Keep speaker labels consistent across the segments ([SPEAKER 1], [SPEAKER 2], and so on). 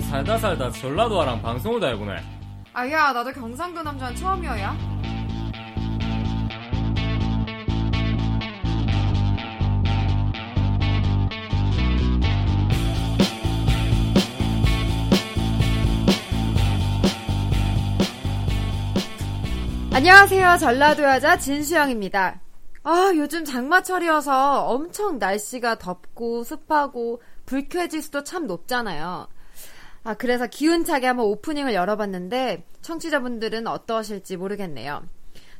[SPEAKER 1] 살다 살다 전라도와랑 방송을 다 해보네.
[SPEAKER 2] 아야, 나도 경상도 남자는 처음이어야. 안녕하세요. 전라도 여자 진수영입니다. 아, 요즘 장마철이어서 엄청 날씨가 덥고 습하고 불쾌지수도 참 높잖아요. 아, 그래서 기운차게 한번 오프닝을 열어봤는데 청취자분들은 어떠실지 모르겠네요.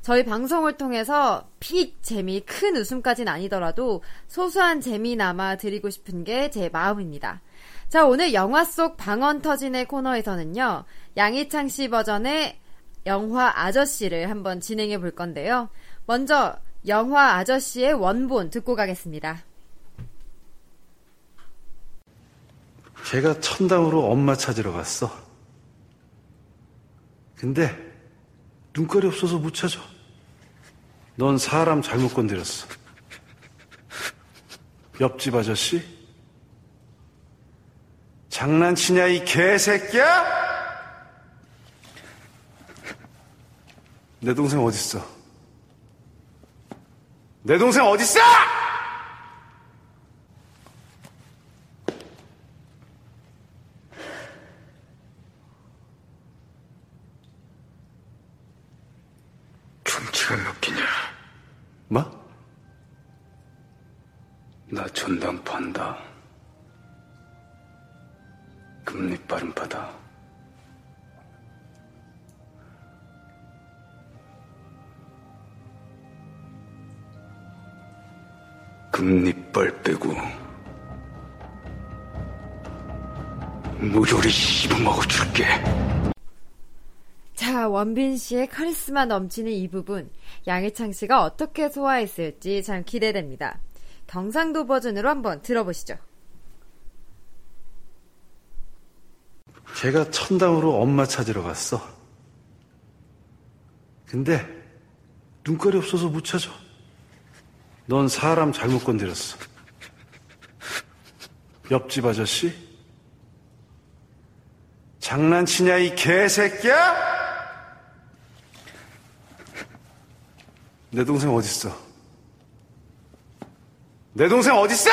[SPEAKER 2] 저희 방송을 통해서 픽 재미 큰 웃음까진 아니더라도 소소한 재미남아 드리고 싶은 게 제 마음입니다. 자, 오늘 영화 속 방언 터진의 코너에서는요. 양희창 씨 버전의 영화 아저씨를 한번 진행해 볼 건데요. 먼저 영화 아저씨의 원본 듣고 가겠습니다.
[SPEAKER 3] 걔가 천당으로 엄마 찾으러 갔어. 근데 눈깔이 없어서 못 찾아. 넌 사람 잘못 건드렸어. 옆집 아저씨? 장난치냐 이 개새끼야? 내 동생 어딨어? 내 동생 어딨어?
[SPEAKER 4] 충치가 몇 개냐?
[SPEAKER 3] 뭐?
[SPEAKER 4] 나 전당 판다. 금리 빠른 바다. 금리 뻘 빼고 무조리 씹어먹어 줄게.
[SPEAKER 2] 자, 원빈 씨의 카리스마 넘치는 이 부분, 양희창 씨가 어떻게 소화했을지 참 기대됩니다. 경상도 버전으로 한번 들어보시죠.
[SPEAKER 3] 걔가 천당으로 엄마 찾으러 갔어. 근데 눈깔이 없어서 못 찾아. 넌 사람 잘못 건드렸어. 옆집 아저씨? 장난치냐 이 개새끼야? 내 동생 어딨어? 내 동생 어딨어?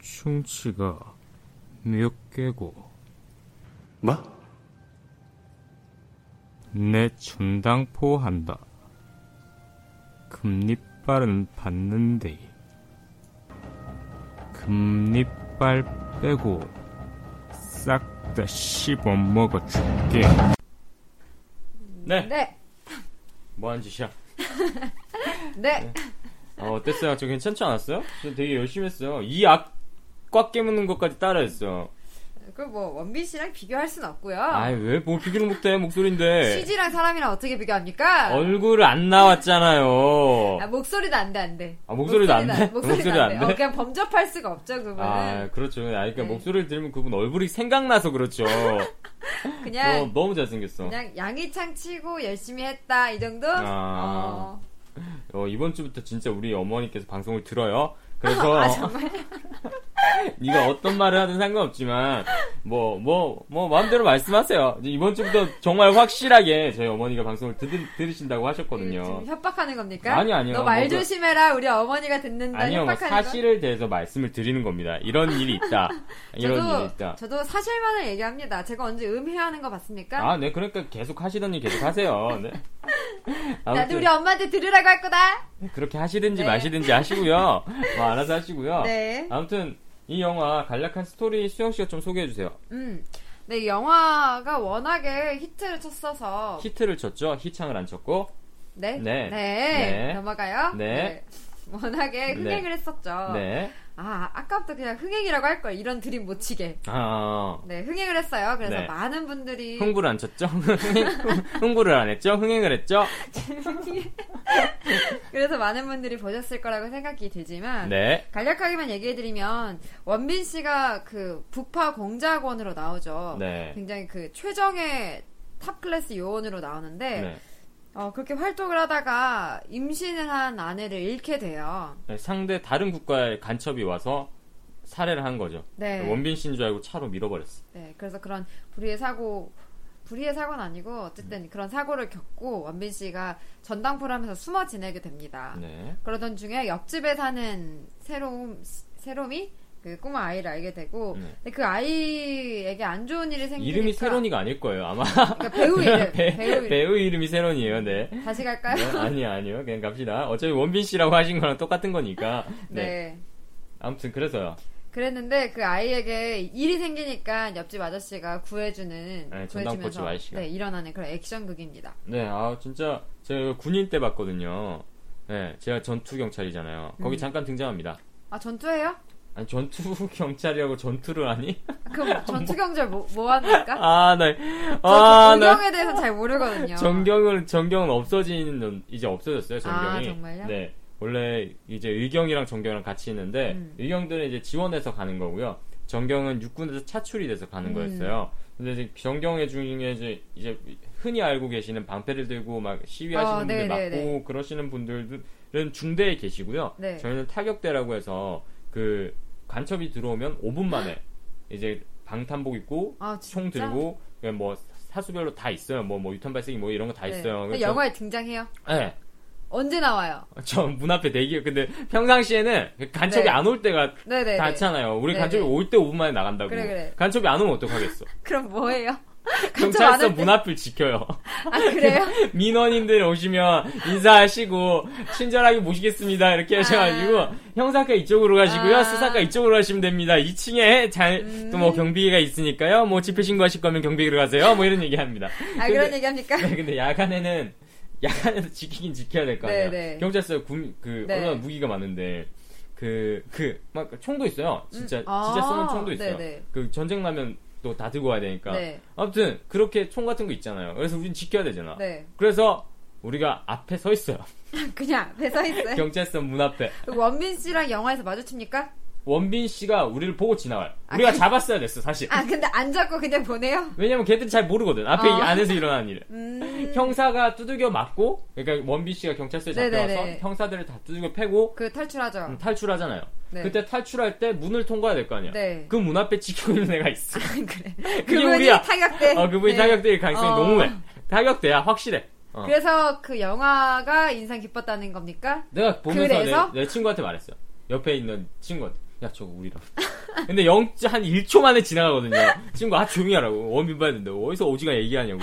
[SPEAKER 1] 충치가 몇 개고
[SPEAKER 3] 뭐?
[SPEAKER 1] 내 천당포 한다. 금리빨은 받는데 금리빨 빼고 싹 다 씹어 먹어줄게. 네,
[SPEAKER 2] 네,
[SPEAKER 1] 뭐한 짓이야?
[SPEAKER 2] 네.
[SPEAKER 1] 아, 어땠어요? 저 괜찮지 않았어요? 저 되게 열심히 했어요. 이 악, 꽉 깨무는 것까지 따라했어요.
[SPEAKER 2] 그럼 뭐, 원빈 씨랑 비교할 순 없고요.
[SPEAKER 1] 아이, 예. 왜, 뭐, 비교를 못해, 목소리인데.
[SPEAKER 2] CG랑 사람이랑 어떻게 비교합니까?
[SPEAKER 1] 얼굴 안 나왔잖아요.
[SPEAKER 2] 아, 목소리도 안 돼, 안 돼.
[SPEAKER 1] 아, 목소리도 안 돼?
[SPEAKER 2] 목소리도,
[SPEAKER 1] 목소리도
[SPEAKER 2] 안 돼.
[SPEAKER 1] 안 돼?
[SPEAKER 2] 어, 그냥 범접할 수가 없죠, 그분은.
[SPEAKER 1] 아, 그렇죠. 아, 그러니까
[SPEAKER 2] 네.
[SPEAKER 1] 목소리를 들으면 그분 얼굴이 생각나서 그렇죠. 너
[SPEAKER 2] 그냥,
[SPEAKER 1] 너무 잘생겼어.
[SPEAKER 2] 그냥 양희창 치고 열심히 했다, 이 정도?
[SPEAKER 1] 아.
[SPEAKER 2] 어.
[SPEAKER 1] 어, 이번 주부터 진짜 우리 어머니께서 방송을 들어요. 그래서
[SPEAKER 2] 아,
[SPEAKER 1] 네가 어떤 말을 하든 상관없지만 뭐 뭐 뭐 마음대로 말씀하세요. 이제 이번 주부터 정말 확실하게 저희 어머니가 방송을 들, 들으신다고 하셨거든요.
[SPEAKER 2] 네, 지금 협박하는 겁니까?
[SPEAKER 1] 아니, 아니요.
[SPEAKER 2] 너 말
[SPEAKER 1] 뭐가- 그
[SPEAKER 2] 조심해라. 우리 어머니가 듣는다.
[SPEAKER 1] 아니요, 뭐
[SPEAKER 2] 협박하는 거.
[SPEAKER 1] 사실을 대해서 말씀을 드리는 겁니다. 이런 일이 있다. 이런 일이 있다.
[SPEAKER 2] 저도 사실만을 얘기합니다. 제가 언제 음해하는 거 봤습니까?
[SPEAKER 1] 아, 네, 그러니까 계속 하시던 일 계속 하세요. 네.
[SPEAKER 2] 나도
[SPEAKER 1] 아무튼
[SPEAKER 2] 우리 엄마한테 들으라고 할 거다.
[SPEAKER 1] 그렇게 하시든지
[SPEAKER 2] 네.
[SPEAKER 1] 마시든지 하시고요. 뭐 알아서 하시고요.
[SPEAKER 2] 네.
[SPEAKER 1] 아무튼 이 영화 간략한 스토리 수영 씨가 좀 소개해 주세요.
[SPEAKER 2] 음. 네, 이 영화가 워낙에 히트를 쳤어서
[SPEAKER 1] 히트를 쳤죠. 희창을 안 쳤고.
[SPEAKER 2] 네?
[SPEAKER 1] 네.
[SPEAKER 2] 네.
[SPEAKER 1] 네.
[SPEAKER 2] 넘어가요.
[SPEAKER 1] 네.
[SPEAKER 2] 워낙에 흥행을 했었죠.
[SPEAKER 1] 네.
[SPEAKER 2] 아, 아까부터 그냥 흥행이라고 할 걸. 이런 드림 못 치게.
[SPEAKER 1] 아.
[SPEAKER 2] 네, 흥행을 했어요. 그래서
[SPEAKER 1] 네.
[SPEAKER 2] 많은 분들이
[SPEAKER 1] 흥부를 안 쳤죠? 흥부를 안 했죠? 흥행을 했죠?
[SPEAKER 2] 그래서 많은 분들이 보셨을 거라고 생각이 들지만
[SPEAKER 1] 네.
[SPEAKER 2] 간략하게만 얘기해드리면 원빈 씨가 그 부파 공작원으로 나오죠.
[SPEAKER 1] 네.
[SPEAKER 2] 굉장히 그 최정의 탑클래스 요원으로 나오는데
[SPEAKER 1] 네.
[SPEAKER 2] 어, 그렇게 활동을 하다가 임신을 한 아내를 잃게 돼요.
[SPEAKER 1] 네, 상대 다른 국가의 간첩이 와서 살해를 한 거죠.
[SPEAKER 2] 네.
[SPEAKER 1] 그 원빈 씨인 줄 알고 차로 밀어버렸어.
[SPEAKER 2] 네, 그래서 그런 불의의 사고, 불의의 사고는 아니고
[SPEAKER 1] 음.
[SPEAKER 2] 어쨌든 그런 사고를 겪고 원빈 씨가 전당포를 하면서 숨어 지내게 됩니다.
[SPEAKER 1] 네.
[SPEAKER 2] 그러던 중에 옆집에 사는 새롬 새롬이 그 꼬마 아이를 알게 되고
[SPEAKER 1] 네.
[SPEAKER 2] 근데 그 아이에게 안 좋은 일이 생기니까
[SPEAKER 1] 이름이 세론이가 아닐 거예요. 아마
[SPEAKER 2] 그러니까 배우 이름
[SPEAKER 1] 배,
[SPEAKER 2] 배우 이름
[SPEAKER 1] 배우 이름이 세론이에요. 네.
[SPEAKER 2] 다시 갈까요?
[SPEAKER 1] 네, 아니요, 아니요. 그냥 갑시다. 어차피 원빈 씨라고 하신 거랑 똑같은 거니까. 네.
[SPEAKER 2] 네.
[SPEAKER 1] 아무튼 그래서요.
[SPEAKER 2] 그랬는데 그 아이에게 일이 생기니까 옆집 아저씨가 구해주는
[SPEAKER 1] 네, 전당포집
[SPEAKER 2] 구해주면서
[SPEAKER 1] 아저씨가.
[SPEAKER 2] 네, 일어나는 그런 액션극입니다.
[SPEAKER 1] 네, 아 진짜 제가 군인 때 봤거든요. 네, 제가 전투 경찰이잖아요.
[SPEAKER 2] 음.
[SPEAKER 1] 거기 잠깐 등장합니다.
[SPEAKER 2] 아 전투예요?
[SPEAKER 1] 아니 전투 경찰이라고 전투를 하니?
[SPEAKER 2] 그럼 전투 경절 뭐, 뭐 합니까?
[SPEAKER 1] 아, 네.
[SPEAKER 2] 저
[SPEAKER 1] 아, 네.
[SPEAKER 2] 전경에 대해서 잘 모르거든요.
[SPEAKER 1] 전경은 전경은 없어진 이제 없어졌어요. 전경이.
[SPEAKER 2] 아, 정말요?
[SPEAKER 1] 네. 원래 이제 의경이랑 전경이랑 같이 있는데
[SPEAKER 2] 음.
[SPEAKER 1] 의경들은 이제 지원해서 가는 거고요. 전경은 육군에서 차출이 돼서 가는
[SPEAKER 2] 음.
[SPEAKER 1] 거였어요. 근데 이제 전경의 중에 이제, 이제 흔히 알고 계시는 방패를 들고 막 시위하시는
[SPEAKER 2] 어,
[SPEAKER 1] 분들
[SPEAKER 2] 네, 네,
[SPEAKER 1] 맞고 그러시는 분들은 중대에 계시고요.
[SPEAKER 2] 네.
[SPEAKER 1] 저희는 타격대라고 해서 그 간첩이 들어오면 5분 만에 이제 방탄복 입고
[SPEAKER 2] 아,
[SPEAKER 1] 총
[SPEAKER 2] 진짜?
[SPEAKER 1] 들고 그냥 뭐 사수별로 다 있어요. 뭐 뭐 유탄 발사기 뭐 이런 거 다
[SPEAKER 2] 네.
[SPEAKER 1] 있어요.
[SPEAKER 2] 근데 영화에 등장해요.
[SPEAKER 1] 네.
[SPEAKER 2] 언제 나와요?
[SPEAKER 1] 저 문 앞에 대기. 근데 평상시에는 그 간첩이
[SPEAKER 2] 네.
[SPEAKER 1] 안 올 때가
[SPEAKER 2] 네네.
[SPEAKER 1] 많잖아요. 우리
[SPEAKER 2] 네,
[SPEAKER 1] 간첩이
[SPEAKER 2] 네.
[SPEAKER 1] 올 때 5분 만에 나간다고.
[SPEAKER 2] 그래, 그래.
[SPEAKER 1] 간첩이 안 오면 어떡하겠어.
[SPEAKER 2] 그럼 뭐예요? 간첩 안
[SPEAKER 1] 경찰서
[SPEAKER 2] 할 때-
[SPEAKER 1] 문 앞을 지켜요.
[SPEAKER 2] 아 그래요?
[SPEAKER 1] 민원인들 오시면 인사하시고 친절하게 모시겠습니다 이렇게 하셔가지고
[SPEAKER 2] 아.
[SPEAKER 1] 형사과 이쪽으로 가시고요
[SPEAKER 2] 아. 음.
[SPEAKER 1] 수사과 이쪽으로 가시면 됩니다 2층에 잘 또 뭐 경비가 있으니까요 뭐 집회 신고하실 거면 경비로 가세요 뭐 이런 얘기합니다
[SPEAKER 2] 아 그런 얘기 합니까?
[SPEAKER 1] 네, 근데 야간에는 야간에도 지키긴 지켜야 될 거 아니에요.
[SPEAKER 2] 네, 네.
[SPEAKER 1] 경찰서 군그
[SPEAKER 2] 네.
[SPEAKER 1] 얼마나 무기가 많은데 그 그 막 총도 있어요. 진짜
[SPEAKER 2] 음, 아,
[SPEAKER 1] 진짜 쏘는 총도 있어요.
[SPEAKER 2] 네, 네.
[SPEAKER 1] 그 전쟁 나면 또 다 들고 와야 되니까.
[SPEAKER 2] 네.
[SPEAKER 1] 아무튼 그렇게 총 같은 거 있잖아요. 그래서 우린 지켜야 되잖아.
[SPEAKER 2] 네.
[SPEAKER 1] 그래서 우리가 앞에 서 있어요.
[SPEAKER 2] 그냥 앞에 서 있어요.
[SPEAKER 1] 경찰서 문 앞에.
[SPEAKER 2] 원빈 씨랑 영화에서 마주칩니까?
[SPEAKER 1] 원빈 씨가 우리를 보고 지나와요. 우리가
[SPEAKER 2] 그-
[SPEAKER 1] 잡았어야 됐어, 사실.
[SPEAKER 2] 아 근데 안 잡고 그냥 보내요?
[SPEAKER 1] 왜냐면 걔들이 잘 모르거든. 앞에
[SPEAKER 2] 어.
[SPEAKER 1] 이 안에서 일어나는 일을.
[SPEAKER 2] 음.
[SPEAKER 1] 형사가 두들겨 맞고, 그러니까 원빈 씨가 경찰서에
[SPEAKER 2] 네네네.
[SPEAKER 1] 잡혀와서 형사들을 다 두들겨 패고
[SPEAKER 2] 그 탈출하죠.
[SPEAKER 1] 음, 탈출하잖아요.
[SPEAKER 2] 네.
[SPEAKER 1] 그때 탈출할 때 문을 통과해야 될 거 아니야.
[SPEAKER 2] 네.
[SPEAKER 1] 그 문 앞에 지키고 있는 애가 있어.
[SPEAKER 2] 그래.
[SPEAKER 1] 그게
[SPEAKER 2] 그분이
[SPEAKER 1] 우리야.
[SPEAKER 2] 타격대.
[SPEAKER 1] 어, 그분이
[SPEAKER 2] 네.
[SPEAKER 1] 타격대일 가능성이
[SPEAKER 2] 어.
[SPEAKER 1] 너무해. 타격대야, 확실해. 어.
[SPEAKER 2] 그래서 그 영화가 인상 깊었다는 겁니까?
[SPEAKER 1] 내가 보면서
[SPEAKER 2] 그래서?
[SPEAKER 1] 내, 내 친구한테 말했어. 요 옆에 있는 친구한테. 야, 저거 우리다. 근데 영, 한 1초 만에 지나가거든요. 친구, 아, 조용히 하라고. 원빈 봐야 된다. 어디서 오지가 얘기하냐고.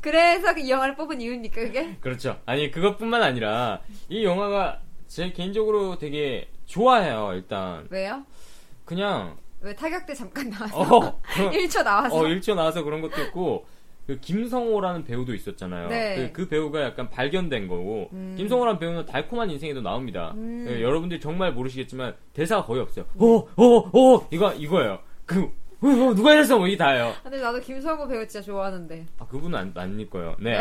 [SPEAKER 2] 그래서 그 영화를 뽑은 이유입니까 그게?
[SPEAKER 1] 그렇죠. 아니, 그것뿐만 아니라, 이 영화가 제 개인적으로 되게 좋아해요, 일단.
[SPEAKER 2] 왜요?
[SPEAKER 1] 그냥,
[SPEAKER 2] 왜 타격대 잠깐 나와서
[SPEAKER 1] 어, 그런-
[SPEAKER 2] 1초 나와서
[SPEAKER 1] 어, 1초 나와서 그런 것도 있고, 그 김성호라는 배우도 있었잖아요.
[SPEAKER 2] 네. 음.
[SPEAKER 1] 그, 그 배우가 약간 발견된 거고, 김성호라는 배우는 달콤한 인생에도 나옵니다. 예, 여러분들이 정말 모르시겠지만, 대사가 거의 없어요.
[SPEAKER 2] 음.
[SPEAKER 1] 오, 오, 오! 이거, 이거예요. 그, 어, 어, 누가 이랬어? 뭐, 이게 다예요.
[SPEAKER 2] 근데 나도 김성호 배우 진짜 좋아하는데
[SPEAKER 1] 아, 그분은 안, 아닐 거예요. 네.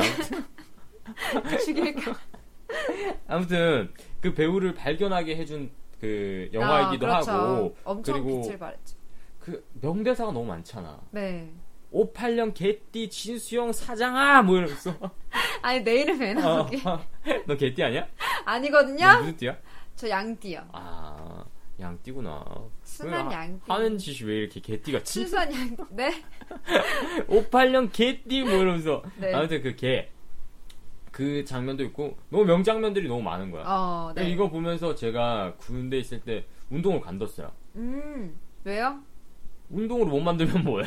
[SPEAKER 1] 아무튼,
[SPEAKER 2] 죽일까?
[SPEAKER 1] 아무튼 그 배우를 발견하게 해준 그 영화이기도
[SPEAKER 2] 아, 그렇죠.
[SPEAKER 1] 하고,
[SPEAKER 2] 엄청
[SPEAKER 1] 그리고
[SPEAKER 2] 빛을 발했죠.
[SPEAKER 1] 그 명대사가 너무 많잖아.
[SPEAKER 2] 네.
[SPEAKER 1] 58년 개띠 진수영 사장아! 뭐 이러면서.
[SPEAKER 2] 아니 내 이름 왜
[SPEAKER 1] 어,
[SPEAKER 2] 나오게?
[SPEAKER 1] 너 개띠 아니야? 너
[SPEAKER 2] 아니거든요.
[SPEAKER 1] 무슨 띠야?
[SPEAKER 2] 저 양띠요.
[SPEAKER 1] 아, 양띠구나.
[SPEAKER 2] 순한
[SPEAKER 1] 왜 하-
[SPEAKER 2] 양띠.
[SPEAKER 1] 하는 짓이 왜 이렇게 개띠같이?
[SPEAKER 2] 순수한 양. 네.
[SPEAKER 1] 58년 개띠 뭐 이러면서.
[SPEAKER 2] 네.
[SPEAKER 1] 아무튼 그 개. 그 장면도 있고, 너무 명장면들이 너무 많은 거야.
[SPEAKER 2] 어. 네.
[SPEAKER 1] 이거 보면서 제가 군대 있을 때 운동을 간뒀어요.
[SPEAKER 2] 음. 왜요?
[SPEAKER 1] 운동으로 못 만들면 뭐해?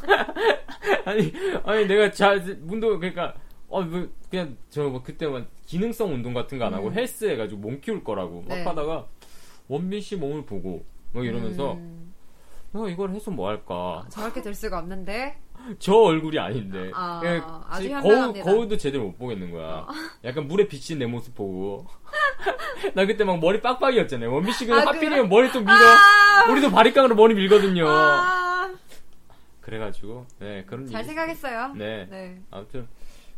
[SPEAKER 1] 아니, 아니, 내가 자, 운동, 그러니까, 어, 뭐, 그냥, 저, 뭐, 그때 막, 기능성 운동 같은 거 안 하고, 헬스 해가지고 몸 키울 거라고 막
[SPEAKER 2] 음. 네.
[SPEAKER 1] 하다가, 원빈 씨 몸을 보고, 막 이러면서,
[SPEAKER 2] 음,
[SPEAKER 1] 어, 이걸 해서 뭐 할까?
[SPEAKER 2] 저렇게 될 수가 없는데.
[SPEAKER 1] 저 얼굴이 아닌데.
[SPEAKER 2] 아,
[SPEAKER 1] 예,
[SPEAKER 2] 아주
[SPEAKER 1] 지- 거울,
[SPEAKER 2] 현명합니다. 어.
[SPEAKER 1] 거울도 제대로 못 보겠는 거야. 약간 물에 비친 내 모습 보고. 나 그때 막 머리 빡빡이었잖아요. 원빈 씨가
[SPEAKER 2] 아,
[SPEAKER 1] 하필이면 머리 또 밀어.
[SPEAKER 2] 아!
[SPEAKER 1] 우리도 바리깡으로 머리 밀거든요.
[SPEAKER 2] 아,
[SPEAKER 1] 그래가지고, 네, 그런
[SPEAKER 2] 잘
[SPEAKER 1] 일이
[SPEAKER 2] 생각했어요.
[SPEAKER 1] 네.
[SPEAKER 2] 네.
[SPEAKER 1] 아무튼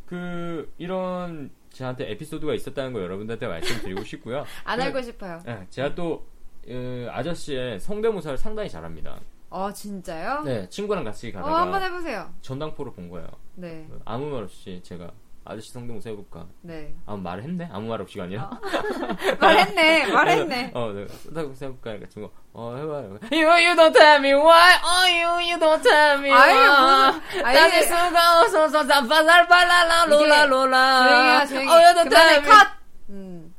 [SPEAKER 1] 그 이런 저한테 에피소드가 있었다는 거 여러분들한테 말씀드리고 싶고요.
[SPEAKER 2] 안
[SPEAKER 1] 그,
[SPEAKER 2] 알고 싶어요.
[SPEAKER 1] 예, 제가 또 어, 아저씨의 성대모사를 상당히 잘합니다.
[SPEAKER 2] 어, 어, 진짜요?
[SPEAKER 1] 네, 친구랑 같이
[SPEAKER 2] 어,
[SPEAKER 1] 가다가
[SPEAKER 2] 한번 해보세요.
[SPEAKER 1] 전당포를 본 거예요.
[SPEAKER 2] 네,
[SPEAKER 1] 아무 말 없이 제가 아저씨 성대모사 해볼까?
[SPEAKER 2] 네.
[SPEAKER 1] 아무 말을 했네? 아무 말 없이가 아니라.
[SPEAKER 2] 어, 말했네, 말했네.
[SPEAKER 1] 어, 네. 성대모사 해볼까? 그러니까 친구가, 어, 해봐요. You, you don't tell me why. Oh, you, you don't tell me
[SPEAKER 2] 아유,
[SPEAKER 1] why.
[SPEAKER 2] 무슨,
[SPEAKER 1] 땀이
[SPEAKER 2] 아유,
[SPEAKER 1] 수가 없어서 쌈바살바라라
[SPEAKER 2] 이게
[SPEAKER 1] 롤라 롤라.
[SPEAKER 2] 아, 조용히 해요, 조용히.
[SPEAKER 1] Oh, you don't tell
[SPEAKER 2] 그만해,
[SPEAKER 1] me.
[SPEAKER 2] 컷! 음.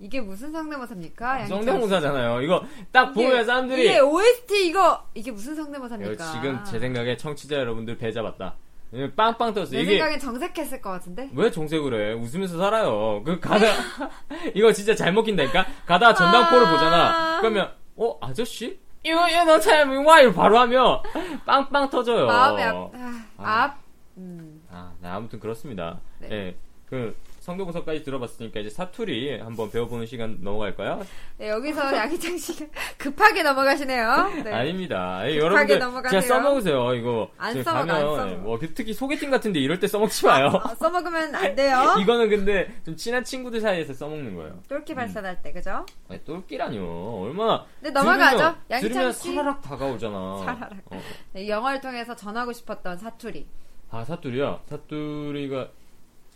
[SPEAKER 2] 이게 무슨 성대모사입니까? 양희철 씨?
[SPEAKER 1] 성대모사잖아요. 이거 딱
[SPEAKER 2] 네, 이게-
[SPEAKER 1] 보면 사람들이
[SPEAKER 2] 이게 OST 이거 이게 무슨
[SPEAKER 1] 이거
[SPEAKER 2] 성대모사입니까?
[SPEAKER 1] 지금 제 생각에 청취자 여러분들 배 잡았다. 왜냐면 빵빵 떴어.
[SPEAKER 2] 내
[SPEAKER 1] 이게
[SPEAKER 2] 생각엔 정색했을 것 같은데.
[SPEAKER 1] 왜 정색을 해? 웃으면서 살아요. 그 가다 이거 진짜 잘 먹힌다니까. 가다 전당포를
[SPEAKER 2] 아.
[SPEAKER 1] 보잖아. 그러면 어 아저씨? 이거 이거 너 참이 와 이거 바로 하면 빵빵 터져요.
[SPEAKER 2] 마음의 앞, 아, 앞. 음.
[SPEAKER 1] 아, 네, 아무튼 그렇습니다.
[SPEAKER 2] 네.
[SPEAKER 1] 예, 그 성대모사까지 들어봤으니까 이제 사투리 한번 배워보는 시간 넘어갈까요?
[SPEAKER 2] 네, 여기서 양희창 씨가 급하게 넘어가시네요. 네.
[SPEAKER 1] 아닙니다. 예,
[SPEAKER 2] 급하게
[SPEAKER 1] 여러분들
[SPEAKER 2] 넘어가세요.
[SPEAKER 1] 진짜 써먹으세요. 이거
[SPEAKER 2] 안
[SPEAKER 1] 지금
[SPEAKER 2] 써먹어, 안
[SPEAKER 1] 가면,
[SPEAKER 2] 써먹어.
[SPEAKER 1] 예, 뭐, 그 특히 소개팅 같은데 이럴 때 써먹지 마요.
[SPEAKER 2] 어, 써먹으면 안 돼요.
[SPEAKER 1] 이거는 근데 좀 친한 친구들 사이에서 써먹는 거예요.
[SPEAKER 2] 똘끼 발산할 때 그죠?
[SPEAKER 1] 아니, 똘끼라뇨. 얼마나.
[SPEAKER 2] 네, 넘어가죠.
[SPEAKER 1] 들으면-
[SPEAKER 2] 양희창
[SPEAKER 1] 들으면
[SPEAKER 2] 씨.
[SPEAKER 1] 사라락 다가오잖아.
[SPEAKER 2] 사라락.
[SPEAKER 1] 어.
[SPEAKER 2] 네, 영화를 통해서 전하고 싶었던 사투리.
[SPEAKER 1] 아, 사투리요? 사투리가,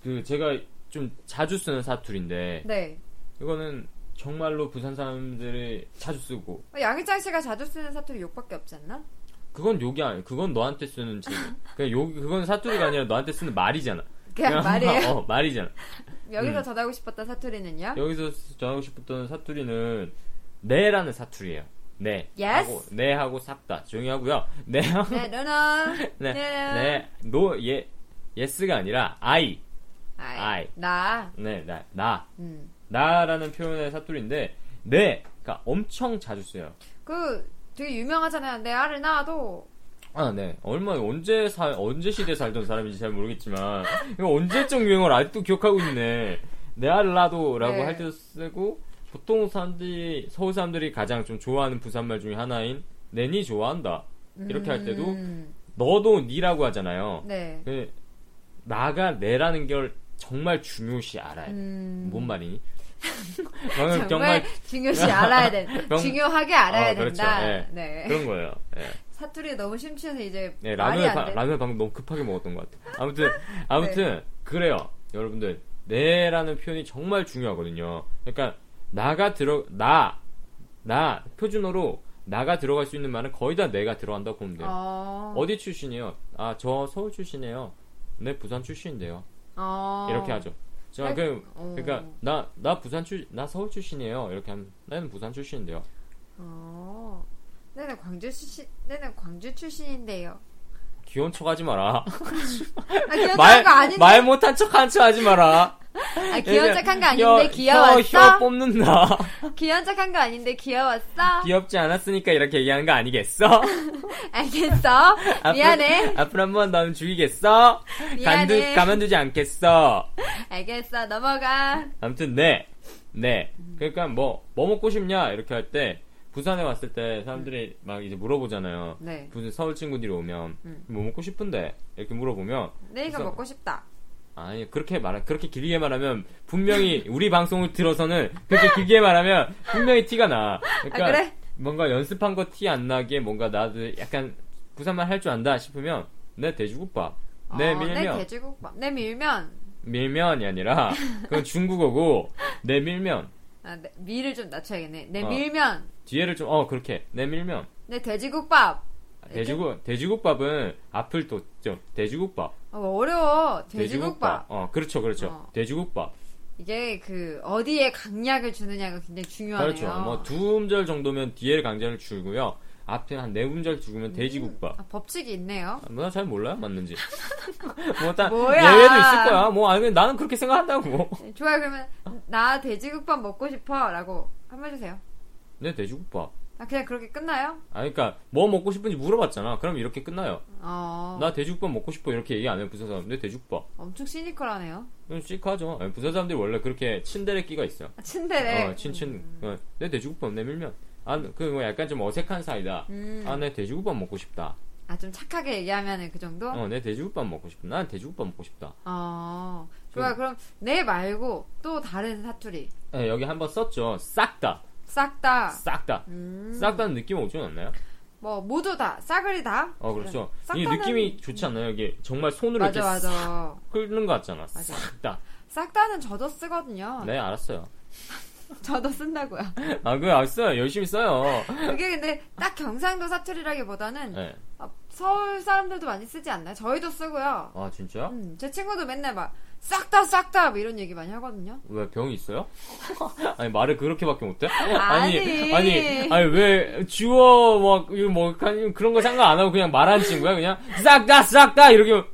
[SPEAKER 1] 그, 제가 좀 자주 쓰는 사투리인데,
[SPEAKER 2] 네.
[SPEAKER 1] 이거는 정말로 부산 사람들이 자주 쓰고,
[SPEAKER 2] 어, 양희창 씨가 자주 쓰는 사투리 욕밖에 없지 않나?
[SPEAKER 1] 그건 욕이 아니, 그건 너한테 쓰는, 지- 그냥 욕, 그건 사투리가 아니라 너한테 쓰는 말이잖아.
[SPEAKER 2] 그냥 말이에요.
[SPEAKER 1] 어, 말이잖아.
[SPEAKER 2] 여기서
[SPEAKER 1] 음.
[SPEAKER 2] 전하고 싶었던 사투리는요?
[SPEAKER 1] 여기서 전하고 싶었던 사투리는 네라는 사투리예요. 네.
[SPEAKER 2] Yes.
[SPEAKER 1] 하고 네 하고 싹다 조용히 하고요. 네. 하고
[SPEAKER 2] 네, 누나.
[SPEAKER 1] 네. 네. 노예 예스가 아니라 I.
[SPEAKER 2] 아이,
[SPEAKER 1] 아이.
[SPEAKER 2] 나.
[SPEAKER 1] 네. 나. 나.
[SPEAKER 2] 음.
[SPEAKER 1] 나라는 표현의 사투리인데 네. 그러니까 엄청 자주 써요.
[SPEAKER 2] 그 되게 유명하잖아요. 내 알을 낳아도
[SPEAKER 1] 아, 네. 얼마 언제 살 언제 시대에 살던 사람인지 잘 모르겠지만 이거 언제적 유행을 아직도 기억하고 있네. 네 알라도라고
[SPEAKER 2] 네.
[SPEAKER 1] 할 때도 쓰고 보통 사람들이 서울 사람들이 가장 좀 좋아하는 부산말 중에 하나인 내니 좋아한다. 이렇게 할 때도
[SPEAKER 2] 음,
[SPEAKER 1] 너도 니라고 하잖아요.
[SPEAKER 2] 네.
[SPEAKER 1] 그 나가 내라는 걸 정말 중요시 알아요.
[SPEAKER 2] 음,
[SPEAKER 1] 뭔 말이니?
[SPEAKER 2] 정말,
[SPEAKER 1] 방금 정말
[SPEAKER 2] 중요시 알아야 된
[SPEAKER 1] 명-
[SPEAKER 2] 중요하게 알아야
[SPEAKER 1] 어, 그렇죠.
[SPEAKER 2] 된다.
[SPEAKER 1] 예.
[SPEAKER 2] 네.
[SPEAKER 1] 그런 거예요. 예.
[SPEAKER 2] 사투리 너무 심취해서 이제
[SPEAKER 1] 네,
[SPEAKER 2] 말이
[SPEAKER 1] 라면을,
[SPEAKER 2] 안
[SPEAKER 1] 바-
[SPEAKER 2] 돼. 네.
[SPEAKER 1] 라면을 방금 너무 급하게 먹었던 것 같아요. 아무튼, 아무튼, 그래요. 여러분들, 네라는 표현이 정말 중요하거든요. 그러니까, 나가 들어, 나, 나, 표준어로 나가 들어갈 수 있는 말은 거의 다 내가 들어간다고 보면 돼요.
[SPEAKER 2] 어.
[SPEAKER 1] 어디 출신이에요? 아, 저 서울 출신이에요. 네, 부산 출신인데요.
[SPEAKER 2] 어.
[SPEAKER 1] 이렇게 하죠. 저, 그,
[SPEAKER 2] 어.
[SPEAKER 1] 그러니까, 나, 나 부산 출, 나 서울 출신이에요. 이렇게 하면, 나는 부산 출신인데요.
[SPEAKER 2] 어. 나는 광주 출신, 나는 광주 출신인데요.
[SPEAKER 1] 귀여운 척 하지 마라.
[SPEAKER 2] 아, 귀여운
[SPEAKER 1] 말,
[SPEAKER 2] 거 아닌데.
[SPEAKER 1] 말 못한 척 한 척 하지 마라.
[SPEAKER 2] 아, 귀여운 척한 거
[SPEAKER 1] 혀-
[SPEAKER 2] 아닌데
[SPEAKER 1] 혀, 혀
[SPEAKER 2] 귀여웠어?
[SPEAKER 1] 뽑는다.
[SPEAKER 2] 귀여운 척한 거 아닌데 귀여웠어?
[SPEAKER 1] 귀엽지 않았으니까 이렇게 얘기하는 거 아니겠어?
[SPEAKER 2] 알겠어?
[SPEAKER 1] 앞으로-
[SPEAKER 2] 미안해.
[SPEAKER 1] 앞으로 한 번 넌 죽이겠어?
[SPEAKER 2] 미안해.
[SPEAKER 1] 간두- 가만두지 않겠어.
[SPEAKER 2] 알겠어. 넘어가.
[SPEAKER 1] 아무튼 네, 네. 그러니까 뭐 뭐 먹고 싶냐 이렇게 할 때 부산에 왔을 때 사람들이 막 이제 물어보잖아요.
[SPEAKER 2] 네.
[SPEAKER 1] 무슨 서울 친구들이 오면
[SPEAKER 2] 음.
[SPEAKER 1] 뭐 먹고 싶은데 이렇게 물어보면
[SPEAKER 2] 네, 이거
[SPEAKER 1] 그래서-
[SPEAKER 2] 먹고 싶다.
[SPEAKER 1] 아니 그렇게 말 그렇게 길게 말하면 분명히 우리 방송을 들어서는 그렇게 길게 말하면 분명히 티가 나. 그러니까
[SPEAKER 2] 아, 그래?
[SPEAKER 1] 뭔가 연습한 거 티 안 나게 뭔가 나도 약간 부산말 할 줄 안다 싶으면 내 돼지국밥, 내
[SPEAKER 2] 어,
[SPEAKER 1] 밀면,
[SPEAKER 2] 내 돼지국밥. 내 밀면.
[SPEAKER 1] 밀면이 아니라 그건 중국어고 내 밀면
[SPEAKER 2] 아, 내, 밀을 좀 낮춰야겠네. 내
[SPEAKER 1] 어.
[SPEAKER 2] 밀면.
[SPEAKER 1] 뒤에를 좀 어 그렇게 내 밀면
[SPEAKER 2] 내 돼지국밥.
[SPEAKER 1] 돼지국 돼지국밥은 앞을 뒀죠 돼지국밥
[SPEAKER 2] 어, 어려워. 돼지국밥.
[SPEAKER 1] 어 그렇죠 그렇죠
[SPEAKER 2] 어.
[SPEAKER 1] 돼지국밥
[SPEAKER 2] 이게 그 어디에 강약을 주느냐가 굉장히 중요하네요.
[SPEAKER 1] 그렇죠 뭐 두 음절 정도면 뒤에 강자를 줄고요 앞에 한 네 음절 줄이면 돼지국밥
[SPEAKER 2] 아, 법칙이 있네요.
[SPEAKER 1] 뭐나잘 몰라요 맞는지 뭐딱
[SPEAKER 2] 뭐야.
[SPEAKER 1] 예외도 있을 거야 뭐 아니 나는 그렇게 생각한다고
[SPEAKER 2] 네, 좋아요. 그러면 나 돼지국밥 먹고 싶어라고 한번 해주세요.
[SPEAKER 1] 내 네, 돼지국밥
[SPEAKER 2] 아, 그냥 그렇게 끝나요?
[SPEAKER 1] 아 그러니까 뭐 먹고 싶은지 물어봤잖아 그럼 이렇게 끝나요
[SPEAKER 2] 어.
[SPEAKER 1] 나 돼지국밥 먹고 싶어 이렇게 얘기 안 해요 부산 사람 내 돼지국밥
[SPEAKER 2] 엄청 시니컬하네요.
[SPEAKER 1] 그럼 시크하죠 아니, 부산 사람들이 원래 그렇게 친데레 끼가 있어요
[SPEAKER 2] 아, 침대래.
[SPEAKER 1] 어, 친친. 어, 내 돼지국밥 내밀면. 아, 그뭐 약간 좀 어색한 사이다.
[SPEAKER 2] 음.
[SPEAKER 1] 아, 내 돼지국밥 먹고 싶다.
[SPEAKER 2] 아, 좀 착하게 얘기하면 그 정도?
[SPEAKER 1] 어, 내 돼지국밥 먹고 싶다. 난 돼지국밥 먹고 싶다.
[SPEAKER 2] 어. 좋아요. 그럼 내 말고 또 다른 사투리.
[SPEAKER 1] 예, 여기 한번 썼죠. 싹 다.
[SPEAKER 2] 싹 다. 음.
[SPEAKER 1] 싹 다. 싹 다는 느낌 오지 않나요?
[SPEAKER 2] 뭐 모두 다 싸그리 다.
[SPEAKER 1] 어 그렇죠.
[SPEAKER 2] 싹
[SPEAKER 1] 이
[SPEAKER 2] 다는-
[SPEAKER 1] 느낌이 좋지 않나요? 이게 정말 손으로
[SPEAKER 2] 맞아
[SPEAKER 1] 이렇게 싹
[SPEAKER 2] 맞아.
[SPEAKER 1] 긁는 것 같잖아.
[SPEAKER 2] 맞아.
[SPEAKER 1] 싹 다.
[SPEAKER 2] 싹 다는 저도 쓰거든요.
[SPEAKER 1] 네 알았어요.
[SPEAKER 2] 저도 쓴다고요.
[SPEAKER 1] 아 그거 아, 써요. 열심히 써요.
[SPEAKER 2] 그게 근데 딱 경상도 사투리라기보다는
[SPEAKER 1] 네.
[SPEAKER 2] 아, 서울 사람들도 많이 쓰지 않나요? 저희도 쓰고요.
[SPEAKER 1] 아 진짜?
[SPEAKER 2] 음, 제 친구도 맨날 막 싹 다 싹다 뭐 이런 얘기 많이 하거든요.
[SPEAKER 1] 왜 병이 있어요? 아니 말을 그렇게밖에 못해?
[SPEAKER 2] 아니.
[SPEAKER 1] 아니 아니 왜 주어 뭐뭐 그런 거 상관 안 하고 그냥 말하는 친구야 그냥 싹다 싹다 이렇게 어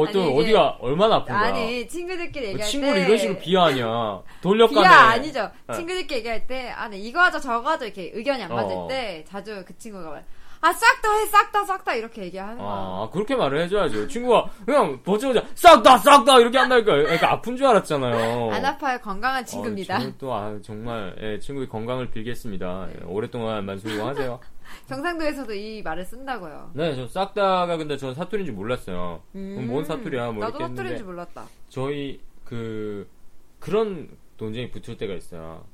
[SPEAKER 1] 어떤
[SPEAKER 2] 아니, 이게-
[SPEAKER 1] 어디가 얼마나 아픈 거야?
[SPEAKER 2] 아니 친구들끼리 얘기할
[SPEAKER 1] 친구를
[SPEAKER 2] 때
[SPEAKER 1] 이런 식으로 비하하냐? 돌려가네.
[SPEAKER 2] 비하 아니죠.
[SPEAKER 1] 어.
[SPEAKER 2] 친구들끼리 얘기할 때, 아, 네, 이거 하자, 저거 하자, 이렇게 의견이 안 맞을
[SPEAKER 1] 어.
[SPEAKER 2] 때, 자주 그 친구가 말, 아, 싹 다 해, 싹 다, 싹 다, 이렇게 얘기하는 거야.
[SPEAKER 1] 아 그렇게 말을 해줘야죠. 친구가 그냥 버티고자 싹다 싹다 이렇게 한다니까 애가 아픈 줄 알았잖아요.
[SPEAKER 2] 안 아파요,
[SPEAKER 1] 어,
[SPEAKER 2] 건강한 친구입니다.
[SPEAKER 1] 또 아, 정말 예, 친구의 건강을 빌겠습니다.
[SPEAKER 2] 네.
[SPEAKER 1] 예, 오랫동안만 수고하세요.
[SPEAKER 2] 경상도에서도 이 말을 쓴다고요.
[SPEAKER 1] 네, 저 싹다가 근데 저 사투리인 줄 몰랐어요. 그럼 뭔 사투리야? 뭐
[SPEAKER 2] 음,
[SPEAKER 1] 이렇게
[SPEAKER 2] 나도 사투리인 줄
[SPEAKER 1] 했는데
[SPEAKER 2] 몰랐다.
[SPEAKER 1] 저희 그 그런 논쟁이 붙을 때가 있어요.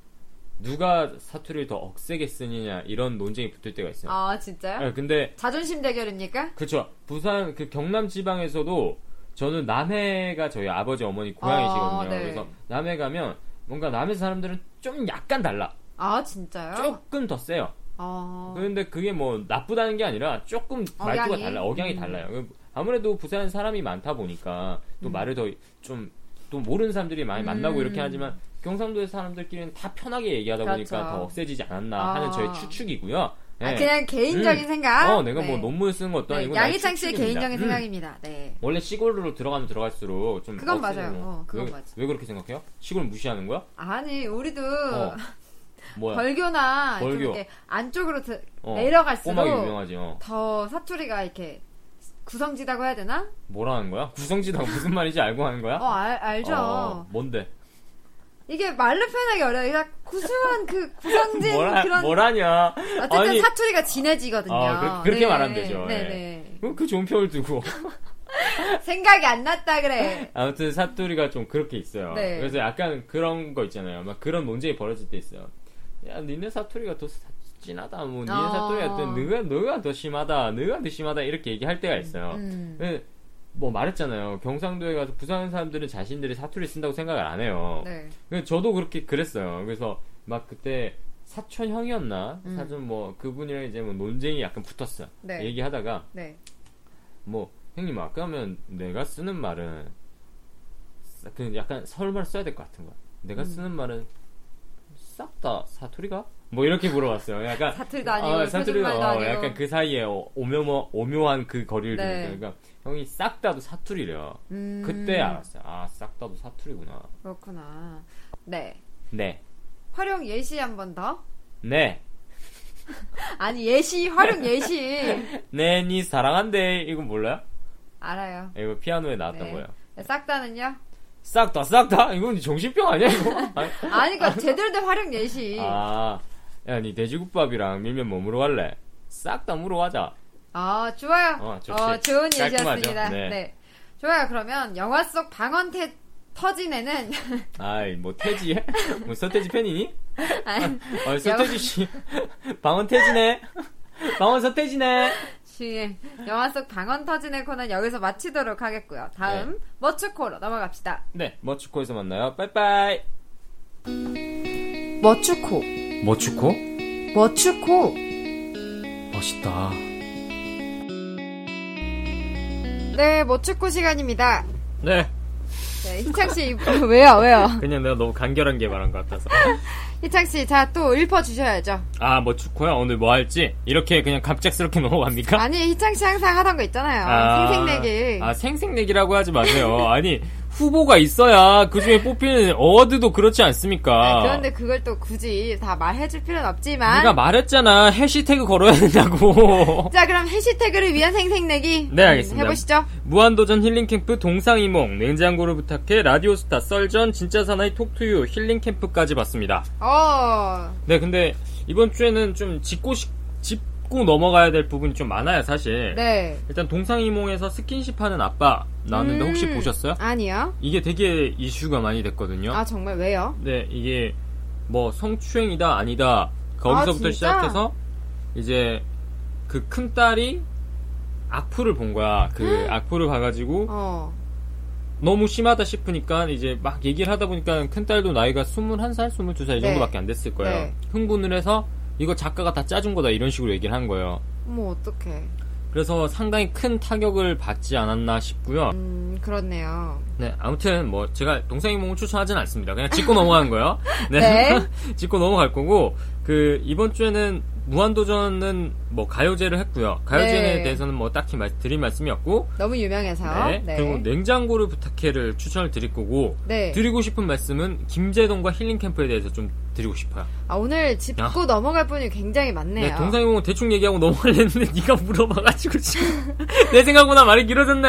[SPEAKER 1] 누가 사투리를 더 억세게 쓰느냐 이런 논쟁이 붙을 때가 있어요.
[SPEAKER 2] 아, 진짜요?
[SPEAKER 1] 예, 근데
[SPEAKER 2] 자존심 대결입니까?
[SPEAKER 1] 그쵸 부산 그 경남 지방에서도 저는 남해가 저희 아버지 어머니
[SPEAKER 2] 아,
[SPEAKER 1] 고향이시거든요.
[SPEAKER 2] 네.
[SPEAKER 1] 그래서 남해 가면 뭔가 남해 사람들은 좀 약간 달라.
[SPEAKER 2] 아, 진짜요?
[SPEAKER 1] 조금 더 세요.
[SPEAKER 2] 아,
[SPEAKER 1] 그런데 그게 뭐 나쁘다는 게 아니라 조금 말투가
[SPEAKER 2] 억양이?
[SPEAKER 1] 달라 억양이
[SPEAKER 2] 음.
[SPEAKER 1] 달라요. 그 아무래도 부산 사람이 많다 보니까 또 말을 더 좀 또 모르는 사람들이 많이 만나고
[SPEAKER 2] 음.
[SPEAKER 1] 이렇게 하지만 경상도의 사람들끼리는 다 편하게 얘기하다 보니까
[SPEAKER 2] 그렇죠.
[SPEAKER 1] 더 억세지지 않았나
[SPEAKER 2] 아.
[SPEAKER 1] 하는 저의 추측이고요.
[SPEAKER 2] 아,
[SPEAKER 1] 예.
[SPEAKER 2] 그냥 개인적인
[SPEAKER 1] 음.
[SPEAKER 2] 생각?
[SPEAKER 1] 어, 내가
[SPEAKER 2] 네.
[SPEAKER 1] 뭐 논문 쓰는 것도
[SPEAKER 2] 네,
[SPEAKER 1] 아니고 나의
[SPEAKER 2] 양희창 씨의
[SPEAKER 1] 추측입니다.
[SPEAKER 2] 개인적인
[SPEAKER 1] 음.
[SPEAKER 2] 생각입니다. 네.
[SPEAKER 1] 원래 시골로 들어가면 들어갈수록 좀
[SPEAKER 2] 그건
[SPEAKER 1] 억세지는
[SPEAKER 2] 맞아요.
[SPEAKER 1] 거.
[SPEAKER 2] 어, 그건
[SPEAKER 1] 왜,
[SPEAKER 2] 맞아.
[SPEAKER 1] 왜 그렇게 생각해요? 시골 무시하는 거야?
[SPEAKER 2] 아니, 우리도
[SPEAKER 1] 어. 뭐야?
[SPEAKER 2] 벌교나 좀
[SPEAKER 1] 벌교.
[SPEAKER 2] 이렇게 안쪽으로 드-
[SPEAKER 1] 어.
[SPEAKER 2] 내려갈수록
[SPEAKER 1] 꼬막이 유명하지. 어.
[SPEAKER 2] 더 사투리가 이렇게 구성지다고 해야 되나?
[SPEAKER 1] 뭐라는 거야? 구성지다가 무슨 말인지 알고 하는 거야?
[SPEAKER 2] 어, 알, 알죠.
[SPEAKER 1] 어, 뭔데?
[SPEAKER 2] 이게 말로 표현하기 어려워요. 그냥 구수한 그 구성진
[SPEAKER 1] 뭐라,
[SPEAKER 2] 그런
[SPEAKER 1] 뭐라냐?
[SPEAKER 2] 어쨌든
[SPEAKER 1] 아니.
[SPEAKER 2] 사투리가 진해지거든요. 네.
[SPEAKER 1] 아, 그- 그렇게 말하면 되죠.
[SPEAKER 2] 네네. 네.
[SPEAKER 1] 그 좋은 평을 두고.
[SPEAKER 2] 생각이 안 났다 그래.
[SPEAKER 1] 아무튼 사투리가 좀 그렇게 있어요.
[SPEAKER 2] 네.
[SPEAKER 1] 그래서 약간 그런 거 있잖아요. 막 그런 논쟁이 벌어질 때 있어요. 야, 니네 사투리가 더 사- 진하다. 뭐, 니네
[SPEAKER 2] 아.
[SPEAKER 1] 사투리가 더, 너가, 너가 더 심하다. 너가 더 심하다. 이렇게 얘기할 때가 있어요.
[SPEAKER 2] 음.
[SPEAKER 1] 예, 뭐 말했잖아요. 경상도에 가서 부산 사람들은 자신들이 사투리 쓴다고 생각을 안 해요.
[SPEAKER 2] 네.
[SPEAKER 1] 근데 저도 그렇게 그랬어요. 그래서 막 그때 사촌 형이었나?
[SPEAKER 2] 음.
[SPEAKER 1] 사촌 뭐 그분이랑 이제 뭐 논쟁이 약간 붙었어요.
[SPEAKER 2] 네.
[SPEAKER 1] 얘기하다가
[SPEAKER 2] 네.
[SPEAKER 1] 뭐 형님 아까면 내가 쓰는 말은 싹- 그 약간 서울말 써야 될 것 같은 거야.
[SPEAKER 2] 음.
[SPEAKER 1] 내가 쓰는 말은 싹 다 사투리가? 뭐 이렇게 물어봤어요. 약간
[SPEAKER 2] 사투리도 아니고
[SPEAKER 1] 사투리도
[SPEAKER 2] 표준말도
[SPEAKER 1] 어,
[SPEAKER 2] 아니고.
[SPEAKER 1] 약간 그 사이에 오- 오묘모, 오묘한 그 거리를
[SPEAKER 2] 네.
[SPEAKER 1] 두니까 그러니까 형이 싹 다도 사투리래요.
[SPEAKER 2] 음.
[SPEAKER 1] 그때 알았어요. 아 싹 다도 사투리구나.
[SPEAKER 2] 그렇구나. 네.
[SPEAKER 1] 네,
[SPEAKER 2] 활용 예시 한 번 더.
[SPEAKER 1] 네,
[SPEAKER 2] 아니 예시 활용 예시
[SPEAKER 1] 네, 내니 사랑한대. 이건 몰라요?
[SPEAKER 2] 알아요.
[SPEAKER 1] 이거 피아노에 나왔던
[SPEAKER 2] 네.
[SPEAKER 1] 거예요.
[SPEAKER 2] 싹다는요?
[SPEAKER 1] 싹 다 싹 다. 이건 정신병 아니야 이거? 아니,
[SPEAKER 2] 아니 그니까 제대로 된 활용 예시.
[SPEAKER 1] 아, 야, 니 돼지국밥이랑 밀면 뭐 물어갈래? 싹 다 물어가자.
[SPEAKER 2] 아, 좋아요.
[SPEAKER 1] 어, 좋지.
[SPEAKER 2] 어, 좋은 얘기였습니다.
[SPEAKER 1] 깔끔하죠?
[SPEAKER 2] 네.
[SPEAKER 1] 네.
[SPEAKER 2] 좋아요. 그러면 영화 속 방언 태, 터진 애는
[SPEAKER 1] 아이, 뭐, 태지? 뭐, 서태지 팬이니?
[SPEAKER 2] 아니,
[SPEAKER 1] 어, 서태지 씨. 방언 태지네? 방언 서태지네?
[SPEAKER 2] 씨, 영화 속 방언 터진 애 코너는 여기서 마치도록 하겠고요. 다음 머추코로 넘어갑시다.
[SPEAKER 1] 네, 머추코에서 만나요. 빠이빠이.
[SPEAKER 2] 머추코,
[SPEAKER 1] 머추코?
[SPEAKER 2] 머추코.
[SPEAKER 1] 멋있다.
[SPEAKER 2] 네, 머추코 시간입니다.
[SPEAKER 1] 네,
[SPEAKER 2] 네, 희창 씨 왜요, 왜요?
[SPEAKER 1] 그냥 내가 너무 간결한 게 말한 것 같아서.
[SPEAKER 2] 희창 씨, 자 또 읊어 주셔야죠.
[SPEAKER 1] 아, 머추코야? 오늘 뭐 할지? 이렇게 그냥 갑작스럽게 넘어갑니까?
[SPEAKER 2] 아니, 희창 씨 항상 하던 거 있잖아요. 생생내기.
[SPEAKER 1] 아, 생생내기라고 하지 마세요. 아니, 후보가 있어야 그 중에 뽑히는 어워드도 그렇지 않습니까?
[SPEAKER 2] 아, 그런데 그걸 또 굳이 다 말해줄 필요는 없지만.
[SPEAKER 1] 네가 말했잖아. 해시태그 걸어야 된다고.
[SPEAKER 2] 자, 그럼 해시태그를 위한 생색내기.
[SPEAKER 1] 네, 알겠습니다.
[SPEAKER 2] 음, 해보시죠.
[SPEAKER 1] 무한도전 힐링캠프 동상이몽, 냉장고를 부탁해, 라디오스타, 썰전, 진짜 사나이 톡투유, 힐링캠프까지 봤습니다.
[SPEAKER 2] 어,
[SPEAKER 1] 네, 근데 이번 주에는 좀 짚고, 싶- 짚고 넘어가야 될 부분이 좀 많아요, 사실.
[SPEAKER 2] 네.
[SPEAKER 1] 일단 동상이몽에서 스킨십 하는 아빠 나왔는데 혹시
[SPEAKER 2] 음,
[SPEAKER 1] 보셨어요?
[SPEAKER 2] 아니요.
[SPEAKER 1] 이게 되게 이슈가 많이 됐거든요.
[SPEAKER 2] 아, 정말 왜요?
[SPEAKER 1] 네, 이게 뭐 성추행이다 아니다 거기서부터
[SPEAKER 2] 진짜?
[SPEAKER 1] 시작해서 이제 그 큰 딸이 악플을 본 거야. 그 악플을 봐가지고
[SPEAKER 2] 어.
[SPEAKER 1] 너무 심하다 싶으니까 이제 막 얘기를 하다 보니까 큰 딸도 나이가 21살, 22살 이
[SPEAKER 2] 네.
[SPEAKER 1] 정도밖에 안 됐을 거예요.
[SPEAKER 2] 네.
[SPEAKER 1] 흥분을 해서 이거 작가가 다 짜준 거다 이런 식으로 얘기를 한 거예요.
[SPEAKER 2] 뭐 어떡해.
[SPEAKER 1] 그래서 상당히 큰 타격을 받지 않았나 싶고요.
[SPEAKER 2] 음, 그렇네요.
[SPEAKER 1] 네, 아무튼 뭐 제가 동생이 몸을 추천하진 않습니다. 그냥 짚고 넘어간 거예요. 네. 짚고 넘어갈 거고 그 이번 주에는 무한도전은 뭐 가요제를 했고요. 가요제에
[SPEAKER 2] 네. 아,
[SPEAKER 1] 대해서는 뭐 딱히 말, 드릴 말씀이 없고
[SPEAKER 2] 너무 유명해서.
[SPEAKER 1] 네. 그리고 냉장고를 부탁해를 추천을 드릴 거고
[SPEAKER 2] 네.
[SPEAKER 1] 드리고 싶은 말씀은 김재동과 힐링 캠프에 대해서 좀 드리고 싶어요.
[SPEAKER 2] 아, 오늘 짚고 넘어갈 분이 굉장히 많네요. 아.
[SPEAKER 1] 동생이 보면 대충 얘기하고 넘어가려 했는데 네가 물어봐가지고 지금 내 생각보다 말이 길어졌네.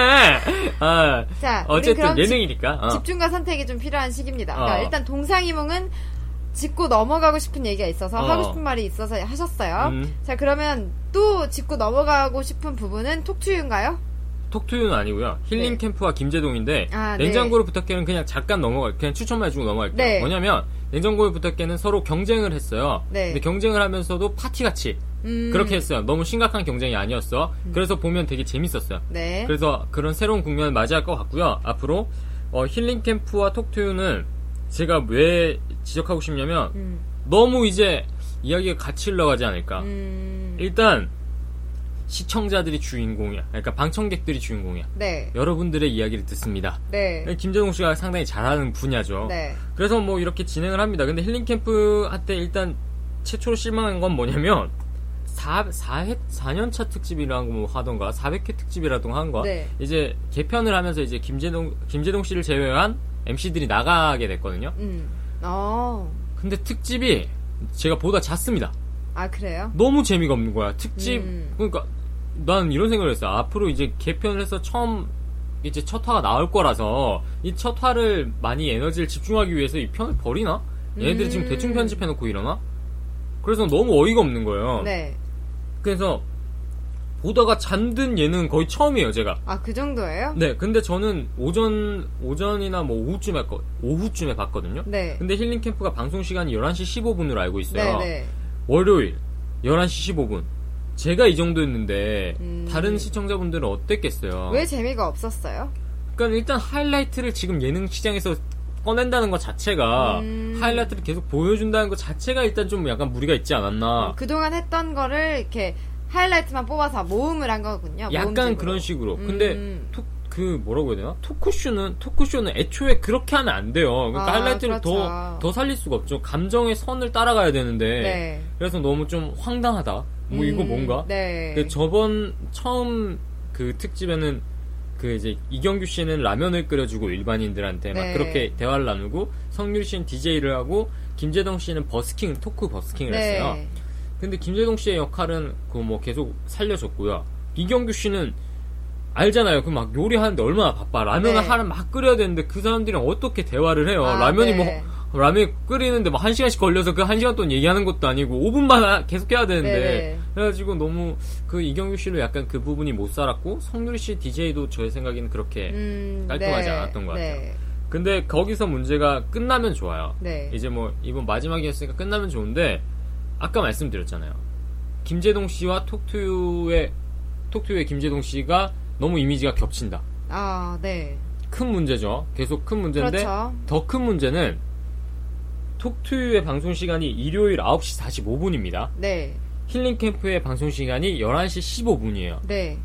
[SPEAKER 1] 아,
[SPEAKER 2] 자, 우린
[SPEAKER 1] 어쨌든
[SPEAKER 2] 그럼 집-
[SPEAKER 1] 예능이니까. 어.
[SPEAKER 2] 집중과 선택이 좀 필요한 시기입니다. 그러니까
[SPEAKER 1] 어.
[SPEAKER 2] 일단 동상이몽은 짚고 넘어가고 싶은 얘기가 있어서
[SPEAKER 1] 어.
[SPEAKER 2] 하고 싶은 말이 있어서 하셨어요.
[SPEAKER 1] 음.
[SPEAKER 2] 자, 그러면 또 짚고 넘어가고 싶은 부분은 톡투유인가요?
[SPEAKER 1] 톡투유는 아니고요. 힐링
[SPEAKER 2] 네.
[SPEAKER 1] 캠프와 김재동인데
[SPEAKER 2] 아, 네.
[SPEAKER 1] 냉장고를 부탁해는 그냥 잠깐 넘어갈 그냥 추천만 해주고 넘어갈게요.
[SPEAKER 2] 네.
[SPEAKER 1] 뭐냐면 냉장고를 부탁해는 서로 경쟁을 했어요.
[SPEAKER 2] 네.
[SPEAKER 1] 근데 경쟁을 하면서도 파티같이
[SPEAKER 2] 음.
[SPEAKER 1] 그렇게 했어요. 너무 심각한 경쟁이 아니었어. 그래서 보면 되게 재밌었어요.
[SPEAKER 2] 네.
[SPEAKER 1] 그래서 그런 새로운 국면을 맞이할 것 같고요. 앞으로 어, 힐링 캠프와 톡투유는 제가 왜 지적하고 싶냐면
[SPEAKER 2] 음.
[SPEAKER 1] 너무 이제 이야기가 같이 흘러가지 않을까.
[SPEAKER 2] 음.
[SPEAKER 1] 일단 시청자들이 주인공이야. 그러니까 방청객들이 주인공이야.
[SPEAKER 2] 네.
[SPEAKER 1] 여러분들의 이야기를 듣습니다.
[SPEAKER 2] 네.
[SPEAKER 1] 김재동 씨가 상당히 잘하는 분야죠.
[SPEAKER 2] 네.
[SPEAKER 1] 그래서 뭐 이렇게 진행을 합니다. 근데 힐링 캠프한테 일단 최초로 실망한 건 뭐냐면 4, 4회, 4년차 특집이라고 뭐 하던가 400회 특집이라던가 한거
[SPEAKER 2] 네.
[SPEAKER 1] 이제 개편을 하면서 이제 김재동 김재동 씨를 제외한 MC들이 나가게 됐거든요.
[SPEAKER 2] 음. 어.
[SPEAKER 1] 근데 특집이 제가 보다 잤습니다.
[SPEAKER 2] 아, 그래요?
[SPEAKER 1] 너무 재미가 없는 거야. 특집
[SPEAKER 2] 음.
[SPEAKER 1] 그러니까 난 이런 생각을 했어. 앞으로 이제 개편을 해서 처음 이제 첫 화가 나올 거라서 이 첫 화를 많이 에너지를 집중하기 위해서 이 편을 버리나? 얘네들이 지금
[SPEAKER 2] 음.
[SPEAKER 1] 대충 편집해 놓고 이러나? 그래서 너무 어이가 없는 거예요.
[SPEAKER 2] 네.
[SPEAKER 1] 그래서 보다가 잠든 예능 거의 처음이에요, 제가.
[SPEAKER 2] 아, 그 정도예요?
[SPEAKER 1] 네, 근데 저는 오전 오전이나 뭐 오후쯤에 거- 오후쯤에 봤거든요.
[SPEAKER 2] 네.
[SPEAKER 1] 근데 힐링 캠프가 방송 시간이 11시 15분으로 알고 있어요.
[SPEAKER 2] 네, 네.
[SPEAKER 1] 월요일 11시 15분. 제가 이 정도였는데
[SPEAKER 2] 음.
[SPEAKER 1] 다른 시청자분들은 어땠겠어요?
[SPEAKER 2] 왜 재미가 없었어요?
[SPEAKER 1] 그러니까 일단 하이라이트를 지금 예능 시장에서 꺼낸다는 것 자체가
[SPEAKER 2] 음.
[SPEAKER 1] 하이라이트를 계속 보여준다는 것 자체가 일단 좀 약간 무리가 있지 않았나.
[SPEAKER 2] 그동안 했던 거를 이렇게 하이라이트만 뽑아서 모음을 한 거군요.
[SPEAKER 1] 약간
[SPEAKER 2] 모음집으로.
[SPEAKER 1] 그런 식으로.
[SPEAKER 2] 음.
[SPEAKER 1] 근데 토, 그 뭐라고 해야 되나? 토크쇼는 토크쇼는 애초에 그렇게 하면 안 돼요. 그러니까
[SPEAKER 2] 아,
[SPEAKER 1] 하이라이트를 더
[SPEAKER 2] 그렇죠.
[SPEAKER 1] 더 살릴 수가 없죠. 감정의 선을 따라가야 되는데
[SPEAKER 2] 네.
[SPEAKER 1] 그래서 너무 좀 황당하다. 뭐 이거
[SPEAKER 2] 음,
[SPEAKER 1] 뭔가?
[SPEAKER 2] 네.
[SPEAKER 1] 그 저번 처음 그 특집에는 그 이제 이경규 씨는 라면을 끓여주고 일반인들한테 막
[SPEAKER 2] 네.
[SPEAKER 1] 그렇게 대화를 나누고 성률 씨는 DJ를 하고 김재동 씨는 버스킹 토크 버스킹을 했어요.
[SPEAKER 2] 네.
[SPEAKER 1] 근데 김재동 씨의 역할은 그 뭐 계속 살려줬고요. 이경규 씨는 알잖아요. 그 막 요리하는데 얼마나 바빠. 라면을
[SPEAKER 2] 네.
[SPEAKER 1] 하나 막 끓여야 되는데 그 사람들이랑 어떻게 대화를 해요.
[SPEAKER 2] 아,
[SPEAKER 1] 라면이
[SPEAKER 2] 네.
[SPEAKER 1] 뭐 라면 끓이는데 막 한 시간씩 걸려서 그 한 시간 동안 얘기하는 것도 아니고 5분만 계속 해야 되는데
[SPEAKER 2] 네, 네.
[SPEAKER 1] 그래가지고 너무 그 이경규 씨로 약간 그 부분이 못 살았고 성유리 씨 DJ도 저의 생각에는 그렇게
[SPEAKER 2] 음,
[SPEAKER 1] 깔끔하지
[SPEAKER 2] 네.
[SPEAKER 1] 않았던 것 같아요.
[SPEAKER 2] 네.
[SPEAKER 1] 근데 거기서 문제가 끝나면 좋아요.
[SPEAKER 2] 네.
[SPEAKER 1] 이제 뭐 이번 마지막이었으니까 끝나면 좋은데 아까 말씀드렸잖아요. 김재동 씨와 톡투유의 톡투유의 김재동 씨가 너무 이미지가 겹친다.
[SPEAKER 2] 아, 네.
[SPEAKER 1] 큰 문제죠. 계속 큰 문제인데
[SPEAKER 2] 그렇죠.
[SPEAKER 1] 더 큰 문제는 톡투유의 방송 시간이 일요일 9시 45분입니다.
[SPEAKER 2] 네.
[SPEAKER 1] 힐링 캠프의 방송 시간이 11시 15분이에요.
[SPEAKER 2] 네.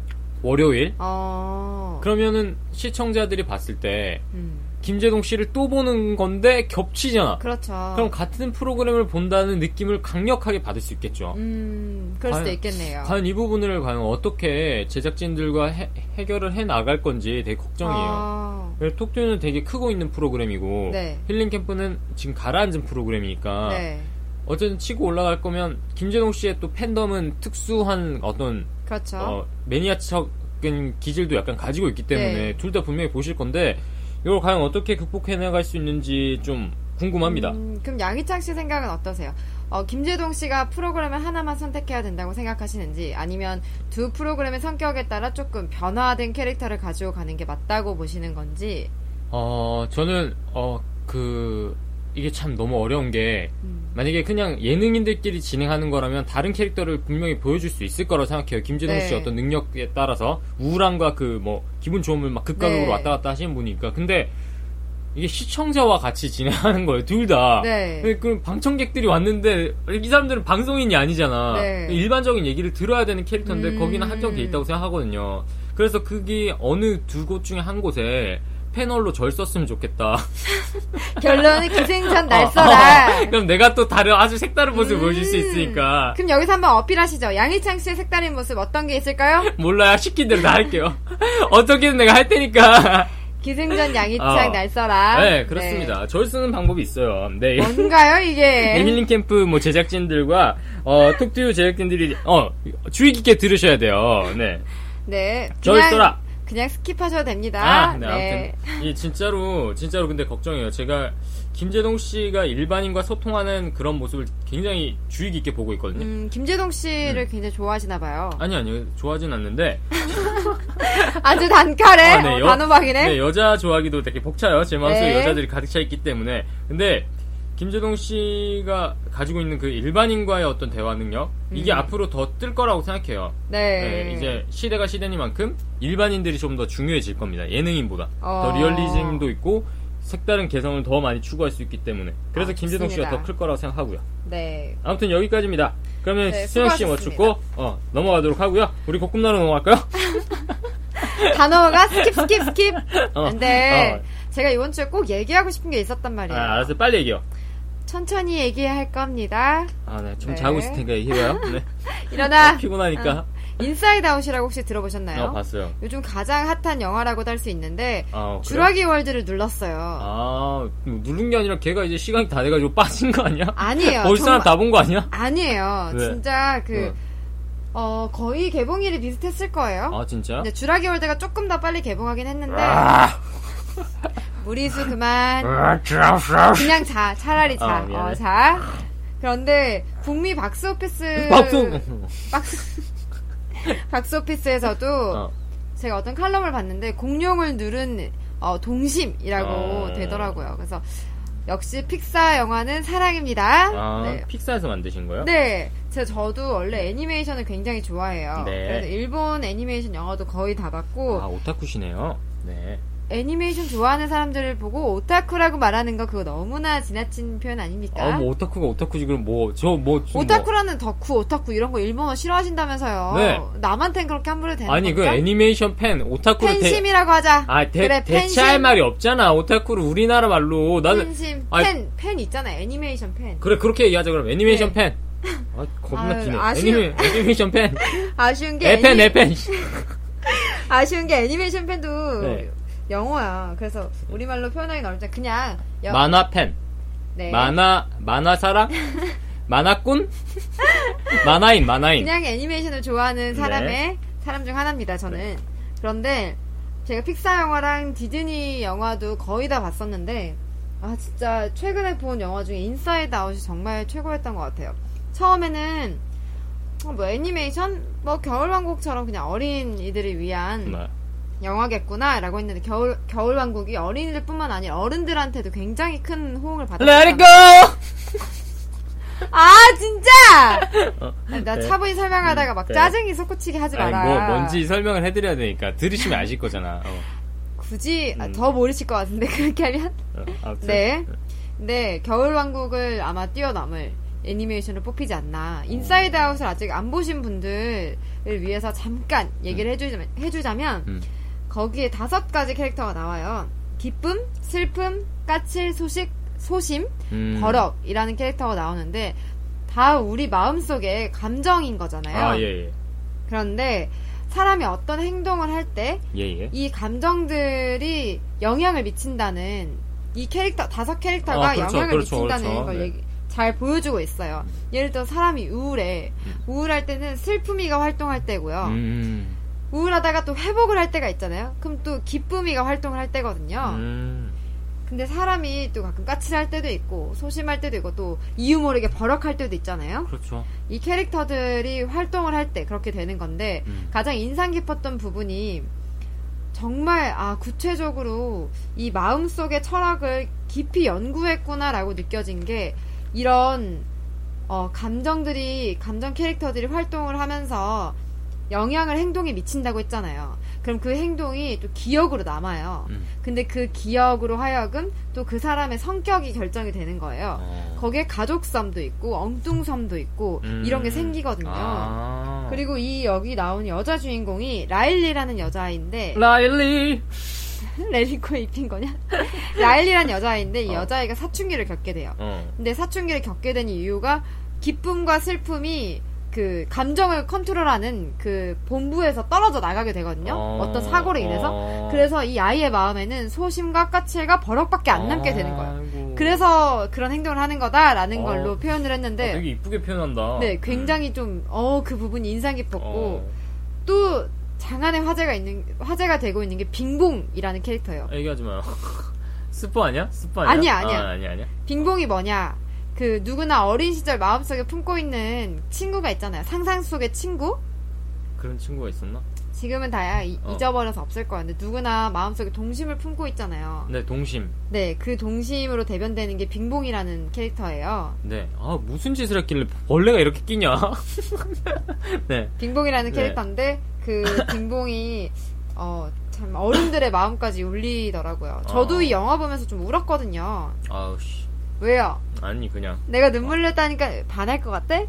[SPEAKER 1] 월요일.
[SPEAKER 2] 어.
[SPEAKER 1] 그러면은 시청자들이 봤을 때
[SPEAKER 2] 음.
[SPEAKER 1] 김재동 씨를 또 보는 건데 겹치잖아.
[SPEAKER 2] 그렇죠.
[SPEAKER 1] 그럼 같은 프로그램을 본다는 느낌을 강력하게 받을 수 있겠죠.
[SPEAKER 2] 음, 그럴 수도
[SPEAKER 1] 과연-
[SPEAKER 2] 있겠네요.
[SPEAKER 1] 과연 이 부분을 과연 어떻게 제작진들과 해, 해결을 해 나갈 건지 되게 걱정이에요.
[SPEAKER 2] 아,
[SPEAKER 1] 톡투는 되게 크고 있는 프로그램이고
[SPEAKER 2] 네.
[SPEAKER 1] 힐링 캠프는 지금 가라앉은 프로그램이니까
[SPEAKER 2] 네.
[SPEAKER 1] 어쨌든 치고 올라갈 거면 김재동 씨의 또 팬덤은 특수한 어떤
[SPEAKER 2] 그렇죠.
[SPEAKER 1] 어, 매니아적인 기질도 약간 가지고 있기 때문에
[SPEAKER 2] 네.
[SPEAKER 1] 둘 다 분명히 보실 건데 이걸 과연 어떻게 극복해 나갈 수 있는지 좀 궁금합니다.
[SPEAKER 2] 음, 그럼 양희창 씨 생각은 어떠세요? 어, 김재동 씨가 프로그램을 하나만 선택해야 된다고 생각하시는지 아니면 두 프로그램의 성격에 따라 조금 변화된 캐릭터를 가지고 가는 게 맞다고 보시는 건지
[SPEAKER 1] 어, 저는 어, 그 이게 참 너무 어려운 게
[SPEAKER 2] 음.
[SPEAKER 1] 만약에 그냥 예능인들끼리 진행하는 거라면 다른 캐릭터를 분명히 보여줄 수 있을 거라고 생각해요. 김진웅
[SPEAKER 2] 네.
[SPEAKER 1] 씨 어떤 능력에 따라서 우울함과 그 뭐 기분 좋음을 막 극과 극으로
[SPEAKER 2] 네.
[SPEAKER 1] 왔다 갔다 하시는 분이니까 근데 이게 시청자와 같이 진행하는 거예요. 둘 다.
[SPEAKER 2] 네.
[SPEAKER 1] 근데 그럼 방청객들이 왔는데 이 사람들은 방송인이 아니잖아.
[SPEAKER 2] 네.
[SPEAKER 1] 일반적인 얘기를 들어야 되는 캐릭터인데
[SPEAKER 2] 음.
[SPEAKER 1] 거기는 한정돼 있다고 생각하거든요. 그래서 그게 어느 두 곳 중에 한 곳에 패널로 절 썼으면 좋겠다.
[SPEAKER 2] 결론은
[SPEAKER 1] 어.
[SPEAKER 2] 기생전 날써라. 음.
[SPEAKER 1] 그럼 내가 또 다른 아주 색다른 모습을 보여줄 수 있으니까
[SPEAKER 2] 그럼 여기서 한번 어필하시죠. 양희창 씨의 색다른 모습 어떤 게 있을까요?
[SPEAKER 1] 몰라요 시킨 대로 다 할게요. 어떻게든 내가 할 테니까.
[SPEAKER 2] 기생전 양희창
[SPEAKER 1] 어.
[SPEAKER 2] 날써라.
[SPEAKER 1] 네 그렇습니다. 절 쓰는 방법이 있어요. 네.
[SPEAKER 2] 네. 아, 뭔가요
[SPEAKER 1] 이
[SPEAKER 2] 이게?
[SPEAKER 1] 힐링 캠프 뭐 제작진들과 어 톡투유 제작진들이 어 주의 깊게 들으셔야 돼요. 네.
[SPEAKER 2] 네.
[SPEAKER 1] 절 써라.
[SPEAKER 2] 그냥 스킵하셔도 됩니다.
[SPEAKER 1] 아, 네, 아무튼 이 진짜로 진짜로 근데 걱정이에요. 제가 김재동 씨가 일반인과 소통하는 그런 모습을 굉장히 주의 깊게 보고 있거든요.
[SPEAKER 2] 음, 김재동 씨를 굉장히 좋아하시나 봐요.
[SPEAKER 1] 네. 아니 아니요 좋아하진 않는데
[SPEAKER 2] 아주 단칼에
[SPEAKER 1] 아, 네,
[SPEAKER 2] 어,
[SPEAKER 1] 여-
[SPEAKER 2] 단호박이네.
[SPEAKER 1] 네, 여자 좋아하기도 되게 벅차요. 제 마음속에
[SPEAKER 2] 네.
[SPEAKER 1] 여자들이 가득 차 있기 때문에. 근데 김재동 씨가 가지고 있는 그 일반인과의 어떤 대화 능력 이게 앞으로 더 뜰 거라고 생각해요.
[SPEAKER 2] 네.
[SPEAKER 1] 네, 이제 시대가 시대니만큼 일반인들이 좀 더 중요해질 겁니다. 예능인보다
[SPEAKER 2] 어.
[SPEAKER 1] 더 리얼리즘도 있고 색다른 개성을 더 많이 추구할 수 있기 때문에 그래서
[SPEAKER 2] 아,
[SPEAKER 1] 김재동 씨가 더
[SPEAKER 2] 좋습니다.
[SPEAKER 1] 클 거라고 생각하고요.
[SPEAKER 2] 네.
[SPEAKER 1] 아무튼 여기까지입니다. 그러면
[SPEAKER 2] 네,
[SPEAKER 1] 수현 씨
[SPEAKER 2] 수고하셨습니다.
[SPEAKER 1] 맞추고 어, 넘어가도록 하고요. 우리 볶음나루 넘어갈까요?
[SPEAKER 2] 단어가 스킵 스킵 스킵.
[SPEAKER 1] 어,
[SPEAKER 2] 근데
[SPEAKER 1] 어.
[SPEAKER 2] 제가 이번 주에 꼭 얘기하고 싶은 게 있었단 말이에요.
[SPEAKER 1] 아, 알았어요. 빨리 얘기요.
[SPEAKER 2] 천천히 얘기할 겁니다.
[SPEAKER 1] 아, 네. 좀
[SPEAKER 2] 네.
[SPEAKER 1] 자고 있을 테니까 얘기해봐요. 네.
[SPEAKER 2] 일어나.
[SPEAKER 1] 피곤하니까.
[SPEAKER 2] 인사이드 아, 아웃이라고 혹시 들어보셨나요?
[SPEAKER 1] 아, 봤어요.
[SPEAKER 2] 요즘 가장 핫한 영화라고도 할 수 있는데
[SPEAKER 1] 아, 그래요?
[SPEAKER 2] 주라기 월드를 눌렀어요.
[SPEAKER 1] 아, 뭐 누른 게 아니라 걔가 이제 시간이 다 돼가지고 빠진 거 아니야?
[SPEAKER 2] 아, 니에요
[SPEAKER 1] 거기 사람 다 본 거 아니야?
[SPEAKER 2] 아니에요.
[SPEAKER 1] 네.
[SPEAKER 2] 진짜 그
[SPEAKER 1] 응.
[SPEAKER 2] 어, 거의 개봉일이 비슷했을 거예요.
[SPEAKER 1] 아, 진짜?
[SPEAKER 2] 근데 주라기 월드가 조금 더 빨리 개봉하긴 했는데
[SPEAKER 1] 아.
[SPEAKER 2] 무리수 그만 그냥 자 차라리 자
[SPEAKER 1] 어. 아,
[SPEAKER 2] 어,
[SPEAKER 1] 미안해.
[SPEAKER 2] 자. 그런데 북미 박스
[SPEAKER 1] 음.
[SPEAKER 2] 오피스
[SPEAKER 1] 박수!
[SPEAKER 2] 박스 박스 오피스에서도
[SPEAKER 1] 어.
[SPEAKER 2] 제가 어떤 칼럼을 봤는데 공룡을 누른 어, 동심이라고
[SPEAKER 1] 어.
[SPEAKER 2] 되더라고요. 그래서 역시 픽사 영화는 사랑입니다.
[SPEAKER 1] 아,
[SPEAKER 2] 네.
[SPEAKER 1] 픽사에서 만드신 거예요?
[SPEAKER 2] 네, 제가 저도 원래 애니메이션을 굉장히 좋아해요.
[SPEAKER 1] 네.
[SPEAKER 2] 그래서 일본 애니메이션 영화도 거의 다 봤고
[SPEAKER 1] 아, 오타쿠시네요. 네.
[SPEAKER 2] 애니메이션 좋아하는 사람들을 보고 오타쿠라고 말하는 거 그거 너무나 지나친 표현 아닙니까?
[SPEAKER 1] 아, 뭐 오타쿠가 오타쿠지 그럼 뭐, 저 뭐, 지금
[SPEAKER 2] 네. 오타쿠라는 덕후, 오타쿠 이런 거 일본어 싫어하신다면서요.
[SPEAKER 1] 네.
[SPEAKER 2] 남한텐 그렇게 함부로 되는
[SPEAKER 1] 뭐. 아니, 그
[SPEAKER 2] 겁니까?
[SPEAKER 1] 애니메이션 팬, 오타쿠를 대,
[SPEAKER 2] 팬심이라고 하자.
[SPEAKER 1] 아, 대,
[SPEAKER 2] 그래,
[SPEAKER 1] 대체할
[SPEAKER 2] 팬심.
[SPEAKER 1] 말이 없잖아. 오타쿠를 우리나라 말로. 나는,
[SPEAKER 2] 팬심,
[SPEAKER 1] 아니-
[SPEAKER 2] 팬, 팬 있잖아. 애니메이션 팬.
[SPEAKER 1] 그래 그렇게 얘기하자 그럼 애니메이션 팬. 아 겁나
[SPEAKER 2] 네. 아유,
[SPEAKER 1] 기네.
[SPEAKER 2] 아쉬운-
[SPEAKER 1] 애니메, 애니메이션 팬.
[SPEAKER 2] 아쉬운 게
[SPEAKER 1] 애팬
[SPEAKER 2] 애니-
[SPEAKER 1] 애팬.
[SPEAKER 2] 아쉬운 게 애니메이션 팬도
[SPEAKER 1] 네.
[SPEAKER 2] 영어야. 그래서 우리말로 표현하기 는 어렵잖아. 그냥 여-
[SPEAKER 1] 만화 팬.
[SPEAKER 2] 네.
[SPEAKER 1] 만화 만화 사랑. 만화꾼. 만화인 만화인.
[SPEAKER 2] 그냥 애니메이션을 좋아하는 사람의 사람 중 하나입니다. 저는. 그런데 제가 픽사 영화랑 디즈니 영화도 거의 다 봤었는데 아 진짜 최근에 본 영화 중에 인사이드 아웃이 정말 최고였던 것 같아요. 처음에는 어, 뭐 애니메이션 뭐 겨울왕국처럼 그냥 어린이들을 위한
[SPEAKER 1] 네.
[SPEAKER 2] 영화겠구나라고 했는데 겨울 겨울 왕국이 어린이들뿐만 아니라 어른들한테도 굉장히 큰 호응을 받았어요.
[SPEAKER 1] Let it go.
[SPEAKER 2] 아 진짜! 나
[SPEAKER 1] 네.
[SPEAKER 2] 차분히 설명하다가 막
[SPEAKER 1] 네.
[SPEAKER 2] 짜증이 솟구치게 하지
[SPEAKER 1] 아니,
[SPEAKER 2] 마라.
[SPEAKER 1] 뭐 뭔지 설명을 해드려야 되니까 들으시면 아실 거잖아. 어.
[SPEAKER 2] 굳이 아,
[SPEAKER 1] 음.
[SPEAKER 2] 더 모르실 것 같은데 그렇게 하면
[SPEAKER 1] 어, 아무튼.
[SPEAKER 2] 네. 네 겨울 왕국을 아마 뛰어넘을 애니메이션을 뽑히지 않나. 인사이드 아웃을 아직 안 보신 분들을 위해서 잠깐 얘기를 해주자면, 해주자면
[SPEAKER 1] 음.
[SPEAKER 2] 거기에 다섯 가지 캐릭터가 나와요. 기쁨, 슬픔, 까칠, 소식, 소심,
[SPEAKER 1] 음.
[SPEAKER 2] 버럭이라는 캐릭터가 나오는데 다 우리 마음속에 감정인 거잖아요.
[SPEAKER 1] 아 예예
[SPEAKER 2] 그런데 사람이 어떤 행동을 할 때 이
[SPEAKER 1] 예예.
[SPEAKER 2] 감정들이 영향을 미친다는 이 캐릭터 다섯 캐릭터가
[SPEAKER 1] 아, 그렇죠,
[SPEAKER 2] 영향을
[SPEAKER 1] 그렇죠,
[SPEAKER 2] 미친다는
[SPEAKER 1] 그렇죠.
[SPEAKER 2] 걸
[SPEAKER 1] 네.
[SPEAKER 2] 얘기- 잘 보여주고 있어요. 예를 들어 사람이 우울해. 우울할 때는 슬픔이가 활동할 때고요.
[SPEAKER 1] 음.
[SPEAKER 2] 우울하다가 또 회복을 할 때가 있잖아요. 그럼 또 기쁨이가 활동을 할 때거든요.
[SPEAKER 1] 음.
[SPEAKER 2] 근데 사람이 또 가끔 까칠할 때도 있고 소심할 때도 있고 또 이유 모르게 버럭할 때도 있잖아요.
[SPEAKER 1] 그렇죠.
[SPEAKER 2] 이 캐릭터들이 활동을 할 때 그렇게 되는 건데
[SPEAKER 1] 음.
[SPEAKER 2] 가장 인상 깊었던 부분이 정말 아 구체적으로 이 마음속의 철학을 깊이 연구했구나라고 느껴진 게 이런 어, 감정들이 감정 캐릭터들이 활동을 하면서 영향을 행동에 미친다고 했잖아요. 그럼 그 행동이 또 기억으로 남아요.
[SPEAKER 1] 음.
[SPEAKER 2] 근데 그 기억으로 하여금 또 그 사람의 성격이 결정이 되는 거예요.
[SPEAKER 1] 어.
[SPEAKER 2] 거기에 가족성도 있고 엉뚱섬도 있고
[SPEAKER 1] 음.
[SPEAKER 2] 이런 게 생기거든요.
[SPEAKER 1] 아.
[SPEAKER 2] 그리고 이 여기 나온 여자 주인공이 라일리라는 여자아인데
[SPEAKER 1] 라일리.
[SPEAKER 2] 레리코에 입힌 거냐? 라일리라는 여자아인데 이
[SPEAKER 1] 어.
[SPEAKER 2] 여자아이가 사춘기를 겪게 돼요.
[SPEAKER 1] 어.
[SPEAKER 2] 근데 사춘기를 겪게 된 이유가 기쁨과 슬픔이 그 감정을 컨트롤하는 그 본부에서 떨어져 나가게 되거든요. 어... 떤 사고로 인해서.
[SPEAKER 1] 어.
[SPEAKER 2] 그래서 이 아이의 마음에는 소심과 까칠과 버럭밖에 안 남게 되는 거예요.
[SPEAKER 1] 아이고.
[SPEAKER 2] 그래서 그런 행동을 하는 거다라는
[SPEAKER 1] 어.
[SPEAKER 2] 걸로 표현을
[SPEAKER 1] 아,
[SPEAKER 2] 했는데
[SPEAKER 1] 되게 이쁘게 표현한다.
[SPEAKER 2] 네, 굉장히 좀, 어, 그 부분이 인상 깊었고,
[SPEAKER 1] 어.
[SPEAKER 2] 또, 장안의 화제가 있는, 화제가 되고 있는 게 빙봉이라는 캐릭터예요.
[SPEAKER 1] 아, 얘기하지 마요. 스포 아니야? 스포 아니야?
[SPEAKER 2] 아니야, 아니야.
[SPEAKER 1] 아, 아니야, 아니야.
[SPEAKER 2] 빙봉이 뭐냐? 그, 누구나 어린 시절 마음속에 품고 있는 친구가 있잖아요. 상상 속의 친구?
[SPEAKER 1] 그런 친구가 있었나?
[SPEAKER 2] 지금은 다야 이-
[SPEAKER 1] 어.
[SPEAKER 2] 잊어버려서 없을 거야. 근데 누구나 마음속에 동심을 품고 있잖아요.
[SPEAKER 1] 네, 동심.
[SPEAKER 2] 네, 그 동심으로 대변되는 게 빙봉이라는 캐릭터예요.
[SPEAKER 1] 네. 아, 무슨 짓을 했길래 벌레가 이렇게 끼냐? 네.
[SPEAKER 2] 빙봉이라는
[SPEAKER 1] 네.
[SPEAKER 2] 캐릭터인데 그 빙봉이 어, 참 어른들의 마음까지 울리더라고요. 저도
[SPEAKER 1] 어.
[SPEAKER 2] 이 영화 보면서 좀 울었거든요.
[SPEAKER 1] 아우, 씨.
[SPEAKER 2] 왜요?
[SPEAKER 1] 아니, 그냥.
[SPEAKER 2] 내가 눈물 냈다니까 반할 것 같아?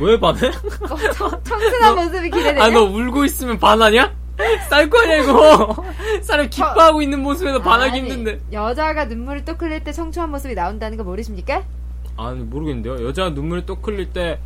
[SPEAKER 1] 왜 반해?
[SPEAKER 2] 어, 청- 청순한 모습이 기대되냐?
[SPEAKER 1] 아, 너 울고 있으면 반하냐? 쌀거 아니야, 이거? 사람 기뻐하고 있는 모습에서 반하기
[SPEAKER 2] 아니,
[SPEAKER 1] 힘든데.
[SPEAKER 2] 여자가 눈물을 또 흘릴 때 청초한 모습이 나온다는 거 모르십니까?
[SPEAKER 1] 아니, 모르겠는데요. 여자 눈물이 또 흘릴 때.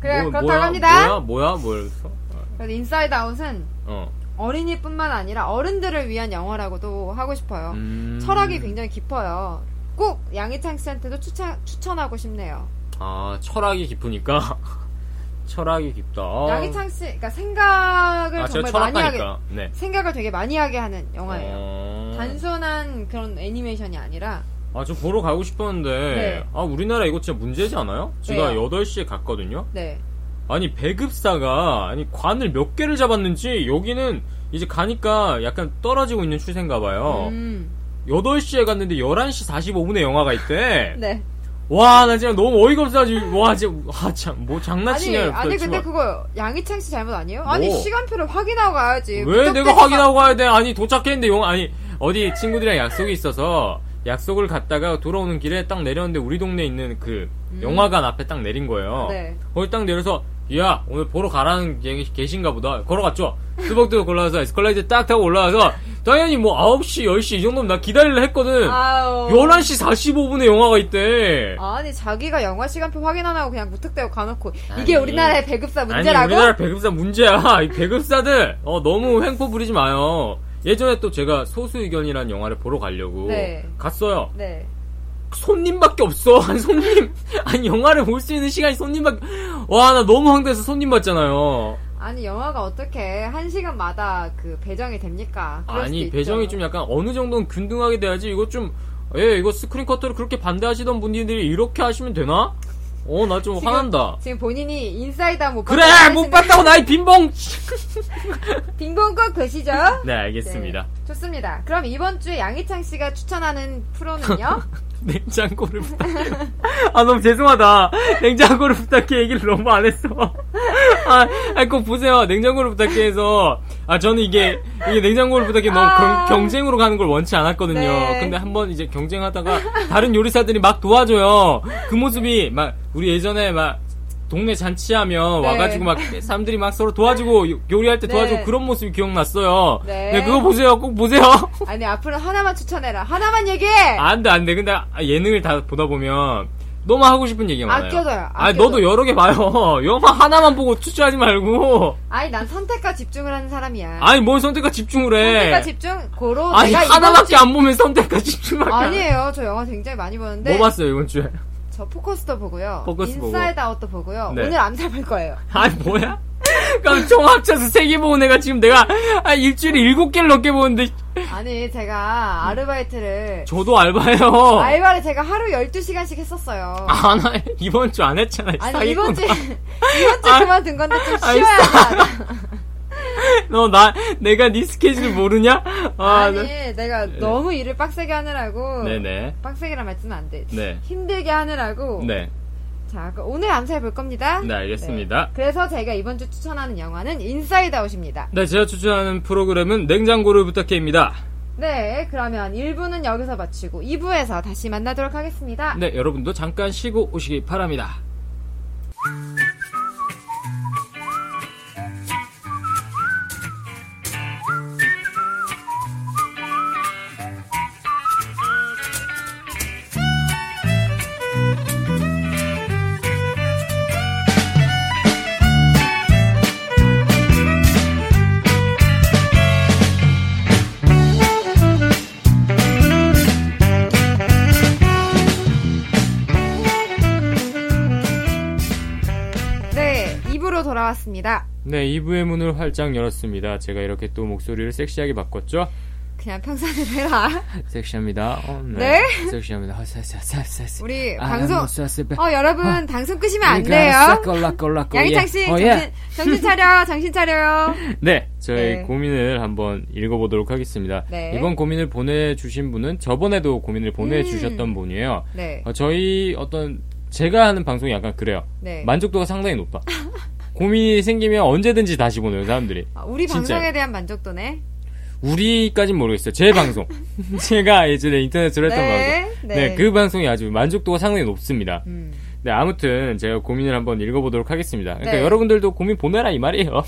[SPEAKER 2] 그래
[SPEAKER 1] 뭐,
[SPEAKER 2] 그렇다고
[SPEAKER 1] 뭐야,
[SPEAKER 2] 합니다.
[SPEAKER 1] 뭐야, 뭐야, 뭐야, 이러면서.
[SPEAKER 2] 그래서 인사이드 아웃은
[SPEAKER 1] 어.
[SPEAKER 2] 어린이뿐만 아니라 어른들을 위한 영화라고도 하고 싶어요.
[SPEAKER 1] 음.
[SPEAKER 2] 철학이 굉장히 깊어요. 꼭 양희창 씨한테도 추천, 추천하고 싶네요.
[SPEAKER 1] 아, 철학이 깊으니까. 철학이 깊다. 아.
[SPEAKER 2] 양희창 씨, 그러니까 생각을
[SPEAKER 1] 아, 제가
[SPEAKER 2] 정말 많이 하게,
[SPEAKER 1] 철학가니까. 네.
[SPEAKER 2] 생각을 되게 많이 하게 하는 영화예요.
[SPEAKER 1] 어.
[SPEAKER 2] 단순한 그런 애니메이션이 아니라,
[SPEAKER 1] 아, 저 보러 가고 싶었는데.
[SPEAKER 2] 네.
[SPEAKER 1] 아, 우리나라 이거 진짜 문제지 않아요? 제가
[SPEAKER 2] 왜요?
[SPEAKER 1] 8시에 갔거든요.
[SPEAKER 2] 네.
[SPEAKER 1] 아니, 배급사가, 아니, 관을 몇 개를 잡았는지, 여기는 이제 가니까 약간 떨어지고 있는 추세인가 봐요.
[SPEAKER 2] 음,
[SPEAKER 1] 8시에 갔는데 11시 45분에 영화가 있대.
[SPEAKER 2] 네.
[SPEAKER 1] 와, 나 진짜 너무 어이가 없어가지고, 와, 진짜, 아, 참, 뭐
[SPEAKER 2] 아니,
[SPEAKER 1] 장난치냐.
[SPEAKER 2] 아니,
[SPEAKER 1] 그랬더니
[SPEAKER 2] 근데 그거 양희창 씨 잘못 아니에요? 아니,
[SPEAKER 1] 뭐?
[SPEAKER 2] 시간표를 확인하고 가야지.
[SPEAKER 1] 왜 내가
[SPEAKER 2] 무턱대고
[SPEAKER 1] 확인하고 가야 돼? 아니, 도착했는데 영, 아니, 어디 친구들이랑 약속이 있어서, 약속을 갔다가 돌아오는 길에 딱 내렸는데, 우리 동네에 있는 그, 영화관 앞에 딱 내린 거예요.
[SPEAKER 2] 음. 네.
[SPEAKER 1] 거기 딱 내려서, 야, 오늘 보러 가라는 얘기 계신가 보다. 걸어갔죠? 뚜벅뚜벅 올라와서 에스컬레이터 딱 타고 올라와서, 당연히 뭐 9시, 10시 이 정도면 나 기다리려 했거든.
[SPEAKER 2] 아우.
[SPEAKER 1] 11시 45분에 영화가 있대.
[SPEAKER 2] 아니, 자기가 영화 시간표 확인 안 하고 그냥 무턱대고 가놓고, 이게
[SPEAKER 1] 아니.
[SPEAKER 2] 우리나라의 배급사 문제라고?
[SPEAKER 1] 아니, 우리나라 배급사 문제야. 이 배급사들, 어, 너무 횡포 부리지 마요. 예전에 또 제가 소수의견이라는 영화를 보러 가려고
[SPEAKER 2] 네.
[SPEAKER 1] 갔어요.
[SPEAKER 2] 네.
[SPEAKER 1] 손님밖에 없어. 아니, 손님. 아니, 영화를 볼 수 있는 시간이 손님밖에. 와, 나 너무 황당해서 손님 봤잖아요.
[SPEAKER 2] 아니 영화가 어떻게 한 시간마다 그 배정이 됩니까? 그럴
[SPEAKER 1] 아니,
[SPEAKER 2] 수도
[SPEAKER 1] 배정이
[SPEAKER 2] 있죠.
[SPEAKER 1] 좀 약간 어느 정도는 균등하게 돼야지. 이거 좀, 예, 이거 스크린 커터를 그렇게 반대하시던 분들이 이렇게 하시면 되나? 어, 나 좀 화난다.
[SPEAKER 2] 지금 본인이 인사이드 한번 못
[SPEAKER 1] 그래!
[SPEAKER 2] 봤다고
[SPEAKER 1] 못
[SPEAKER 2] 하시는-
[SPEAKER 1] 봤다고 나이 빈봉!
[SPEAKER 2] 빙봉 꼭 그시죠?
[SPEAKER 1] 네, 알겠습니다.
[SPEAKER 2] 네, 좋습니다. 그럼 이번 주에 양희창 씨가 추천하는 프로는요?
[SPEAKER 1] 냉장고를 부탁해. 아, 너무 죄송하다. 냉장고를 부탁해 얘기를 너무 안 했어. 아, 아, 꼭 보세요. 냉장고를 부탁해 해서. 아, 저는 이게, 이게 냉장고를 부탁해 너무
[SPEAKER 2] 아.
[SPEAKER 1] 경- 경쟁으로 가는 걸 원치 않았거든요.
[SPEAKER 2] 네.
[SPEAKER 1] 근데 한번 이제 경쟁하다가 다른 요리사들이 막 도와줘요. 그 모습이 막, 우리 예전에 막, 동네 잔치하면
[SPEAKER 2] 네.
[SPEAKER 1] 와가지고 막 사람들이 막 서로 도와주고 요- 요리할 때
[SPEAKER 2] 네.
[SPEAKER 1] 도와주고 그런 모습이 기억났어요.
[SPEAKER 2] 네.
[SPEAKER 1] 네, 그거 보세요. 꼭 보세요.
[SPEAKER 2] 아니 앞으로 하나만 추천해라. 하나만 얘기해.
[SPEAKER 1] 아, 안 돼, 안 돼. 근데 예능을 다 보다 보면 너무 하고 싶은 얘기가 많아요.
[SPEAKER 2] 아껴둬요,
[SPEAKER 1] 아니,
[SPEAKER 2] 아껴둬.
[SPEAKER 1] 너도 여러 개 봐요. 영화 하나만 보고 투자하지 말고.
[SPEAKER 2] 아니 난 선택과 집중을 하는 사람이야.
[SPEAKER 1] 아니, 뭘 선택과 집중을
[SPEAKER 2] 네. 선택과
[SPEAKER 1] 해.
[SPEAKER 2] 집중 고로
[SPEAKER 1] 아니,
[SPEAKER 2] 내가 이번
[SPEAKER 1] 하나밖에
[SPEAKER 2] 주
[SPEAKER 1] 안 보면 선택과 집중할 거야.
[SPEAKER 2] 아니에요. 네. 저 영화 굉장히 많이 보는데
[SPEAKER 1] 뭐 봤어요, 이번 주에?
[SPEAKER 2] 저 포커스도 보고요.
[SPEAKER 1] 포커스 보고.
[SPEAKER 2] 인사이드 아웃도 보고요.
[SPEAKER 1] 네.
[SPEAKER 2] 오늘 암살 볼 거예요.
[SPEAKER 1] 아니, 뭐야? 그럼 총 합쳐서 세 개 보고 내가 지금 내가 아, 일주일에 일곱 개를 넘게 보는데
[SPEAKER 2] 아니
[SPEAKER 1] 음.
[SPEAKER 2] 제가 아르바이트를
[SPEAKER 1] 저도 알바예요.
[SPEAKER 2] 알바를 제가 하루 12시간씩 했었어요.
[SPEAKER 1] 안 해. 이번 주 안 했잖아.
[SPEAKER 2] 아니,
[SPEAKER 1] 사기꾼.
[SPEAKER 2] 이번 주에, 이번 주에
[SPEAKER 1] 아,
[SPEAKER 2] 그만둔 건데 좀
[SPEAKER 1] 아이,
[SPEAKER 2] 쉬어야 한다.
[SPEAKER 1] 너 나 내가 네 스케줄 모르냐? 아,
[SPEAKER 2] 아니
[SPEAKER 1] 네.
[SPEAKER 2] 내가 너무 일을 빡세게 하느라고
[SPEAKER 1] 네네.
[SPEAKER 2] 빡세게란 말 쓰면 안돼
[SPEAKER 1] 네.
[SPEAKER 2] 힘들게 하느라고
[SPEAKER 1] 네.
[SPEAKER 2] 자 그럼 오늘 암살 볼 겁니다
[SPEAKER 1] 네, 알겠습니다.
[SPEAKER 2] 네. 그래서 제가 이번 주 추천하는 영화는 인사이드 아웃입니다
[SPEAKER 1] 네, 제가 추천하는 프로그램은 냉장고를 부탁해입니다.
[SPEAKER 2] 네 그러면 1부는 여기서 마치고 2부에서 다시 만나도록 하겠습니다
[SPEAKER 1] 네, 여러분도 잠깐 쉬고 오시기 바랍니다.
[SPEAKER 2] 네 2부로 돌아왔습니다
[SPEAKER 1] 네, 2부의 문을 활짝 열었습니다. 제가 이렇게 또 목소리를 섹시하게 바꿨죠?
[SPEAKER 2] 그냥 평소대로 해라 어,
[SPEAKER 1] 섹시합니다. 어, 네. 섹시합니다. 어, 섹시, 섹시, 섹시.
[SPEAKER 2] 우리
[SPEAKER 1] 아,
[SPEAKER 2] 방송
[SPEAKER 1] 뭐 섹시,
[SPEAKER 2] 어 여러분 방송 끄시면 안
[SPEAKER 1] 우리가
[SPEAKER 2] 돼요
[SPEAKER 1] 싹걸락걸락걸,
[SPEAKER 2] 양희창
[SPEAKER 1] 예.
[SPEAKER 2] 씨
[SPEAKER 1] 어,
[SPEAKER 2] 정신,
[SPEAKER 1] 예.
[SPEAKER 2] 정신 차려 정신 차려요
[SPEAKER 1] 네, 저희
[SPEAKER 2] 네.
[SPEAKER 1] 고민을 한번 읽어보도록 하겠습니다.
[SPEAKER 2] 네.
[SPEAKER 1] 이번 고민을 보내주신 분은 저번에도 고민을 보내주셨던 분이에요.
[SPEAKER 2] 네
[SPEAKER 1] 어, 저희 어떤 제가 하는 방송이 약간 그래요.
[SPEAKER 2] 네.
[SPEAKER 1] 만족도가 상당히 높다. 고민이 생기면 언제든지 다시 보내요 사람들이.
[SPEAKER 2] 아, 우리
[SPEAKER 1] 진짜요.
[SPEAKER 2] 방송에 대한 만족도네.
[SPEAKER 1] 우리까진 모르겠어요. 제 방송. 제가 예전에 인터넷으로 했던
[SPEAKER 2] 네,
[SPEAKER 1] 방송.
[SPEAKER 2] 네.
[SPEAKER 1] 네. 그 방송이 아주 만족도가 상당히 높습니다.
[SPEAKER 2] 음.
[SPEAKER 1] 네, 아무튼 제가 고민을 한번 읽어보도록 하겠습니다. 그러니까
[SPEAKER 2] 네.
[SPEAKER 1] 여러분들도 고민 보내라 이 말이에요.